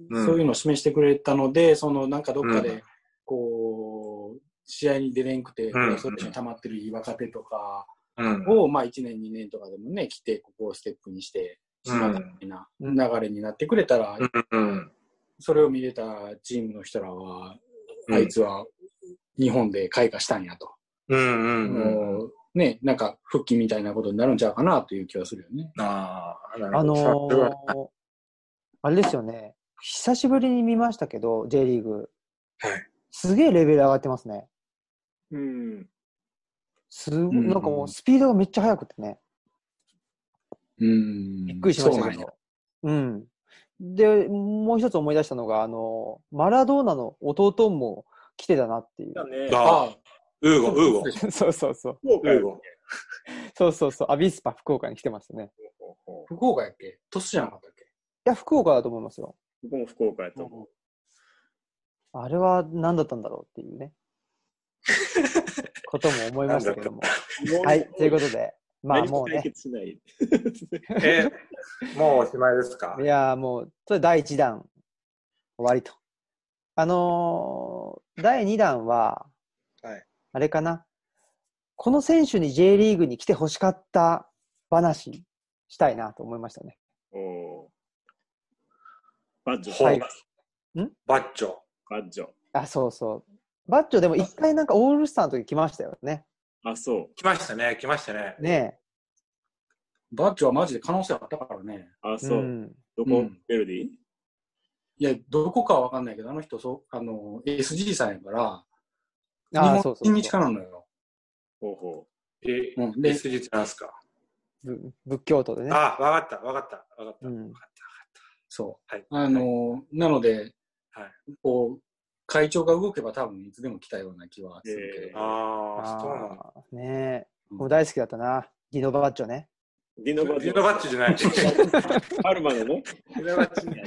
Speaker 3: うん
Speaker 4: そういうのを示してくれたので、そのなんかどっか
Speaker 3: う
Speaker 4: で、こう、試合に出れんくて、
Speaker 3: うん
Speaker 4: そっちに溜まってるいい若手とか
Speaker 3: うん。
Speaker 4: を、まあ1年、2年とかでもね、来て、ここをステップにして、つながるみたいな流れになってくれたら、
Speaker 3: うん。
Speaker 4: それを見れたチームの人らは、
Speaker 3: うん
Speaker 4: あいつは日本で開花したんやと。
Speaker 3: うんうんうん。
Speaker 4: もうね、なんか復帰みたいなことになるんちゃうかなという気はするよね。
Speaker 3: ああ、なる
Speaker 2: あ
Speaker 3: ほ
Speaker 2: の
Speaker 3: ど。
Speaker 2: ーあれですよね、久しぶりに見ましたけど、J リーグ、
Speaker 3: はい
Speaker 2: すげえレベル上がってますね。
Speaker 1: うん。
Speaker 2: すご
Speaker 4: ん
Speaker 2: なんかもうスピードがめっちゃ速くてね、
Speaker 4: うん。
Speaker 2: びっくりしまし
Speaker 4: そ
Speaker 2: た
Speaker 4: うな
Speaker 2: け
Speaker 4: んや
Speaker 2: ど。うん。で、もう一つ思い出したのが、あの、マラドーナの弟も来てたなっ
Speaker 1: (laughs)
Speaker 2: ていう
Speaker 1: だ。ね。
Speaker 3: ああ、ウーゴ、ウーゴ。
Speaker 2: そうそうそう。
Speaker 1: 福岡
Speaker 3: ウー
Speaker 1: よ
Speaker 3: ゴ。
Speaker 2: そうそうそう。アビスパ福岡に来てましたね。
Speaker 4: 福岡やっけ鳥栖じゃなかったっけ
Speaker 2: いや、福岡だと思いますよ。
Speaker 1: 僕も福岡やと思う。
Speaker 2: あれは何だったんだろうっていうね。ことも思いましたけども。はい、ということで、まあ
Speaker 1: 何
Speaker 2: も
Speaker 1: も
Speaker 2: う
Speaker 1: 解
Speaker 2: ね、
Speaker 1: 決しない。
Speaker 3: え、もうおしまいですか
Speaker 2: (laughs) いやーもう、それ第1弾、終わりと。あのー第2弾は、
Speaker 3: はい
Speaker 2: あれかな、この選手に J リーグに来てほしかった話したいなと思いましたね。
Speaker 1: (laughs) おーバッジョ、
Speaker 3: ほう
Speaker 2: はい
Speaker 3: バッチョ。
Speaker 1: バッジョ。
Speaker 2: あ、そうそう。バッチョでも一回なんかオールスターの時来ましたよね。
Speaker 1: あ、そう。
Speaker 3: 来ましたね、来ましたね。
Speaker 2: ね
Speaker 4: バッジョはマジで可能性あったからね。
Speaker 1: あ、
Speaker 2: え。
Speaker 1: そう。
Speaker 2: ん、
Speaker 1: どこ、
Speaker 4: うん
Speaker 1: ベルディ
Speaker 4: いや、どこかはわかんないけど、あの人、そう、あの、SG さんやから、
Speaker 2: あー
Speaker 4: 日
Speaker 2: そう
Speaker 4: 本
Speaker 2: そう
Speaker 4: 人
Speaker 2: そう
Speaker 4: に力なのよ。
Speaker 1: ほうほ
Speaker 3: え、
Speaker 4: うん。で、
Speaker 3: 別日なんすか
Speaker 2: ぶ仏教徒でね。
Speaker 3: あ、わかった、わかった、わかった。
Speaker 2: う
Speaker 3: わ
Speaker 2: ん
Speaker 3: かっ
Speaker 4: そう。
Speaker 3: た、はい。
Speaker 4: あの、なので、
Speaker 3: はい
Speaker 4: こう、会長が動けば多分いつでも来たような気はするけど。
Speaker 3: ああ、そうなんだ。
Speaker 2: あーねえ。
Speaker 4: うん
Speaker 2: もう大好きだったな。ギノバッチョね。
Speaker 1: う。ディノバッジ
Speaker 3: デ
Speaker 1: ョ。
Speaker 3: ィノバッチじゃない。デ
Speaker 1: (laughs) アルマのね。
Speaker 3: ィノバッチじゃない。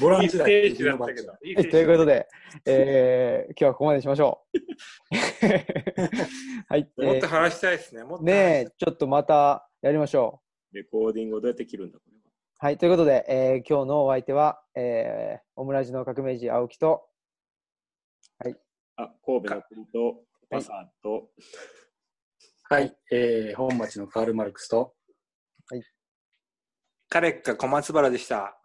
Speaker 4: ボラ
Speaker 3: い
Speaker 4: ン
Speaker 3: い
Speaker 4: チ
Speaker 3: ス
Speaker 4: だ
Speaker 3: テ
Speaker 4: け
Speaker 3: ージだったけど。いい
Speaker 2: は
Speaker 3: ス
Speaker 2: いと
Speaker 3: テ
Speaker 2: いうこ
Speaker 3: ージ
Speaker 2: と
Speaker 3: (laughs)
Speaker 2: で、えー、今日はここまでにしましょう。
Speaker 3: (laughs)
Speaker 2: はい。え
Speaker 3: もっと
Speaker 2: ー
Speaker 3: 話したいですね。もっと話
Speaker 2: ね
Speaker 3: したい
Speaker 2: え、ちょっとまたやりましょ
Speaker 1: レコーディングをどうやって切るんだ、これは。
Speaker 2: う。はい。ということで、えー今日のお相手は、えーオムラジの革命児青木と、
Speaker 1: あ、神戸の国と、パサーと、
Speaker 4: はい。えー、本町のカール・マルクスと、
Speaker 3: 彼か小松原でした。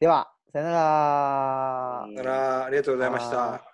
Speaker 2: では、さよなら。
Speaker 3: さよならありがとうございまし
Speaker 2: は
Speaker 3: た
Speaker 2: い。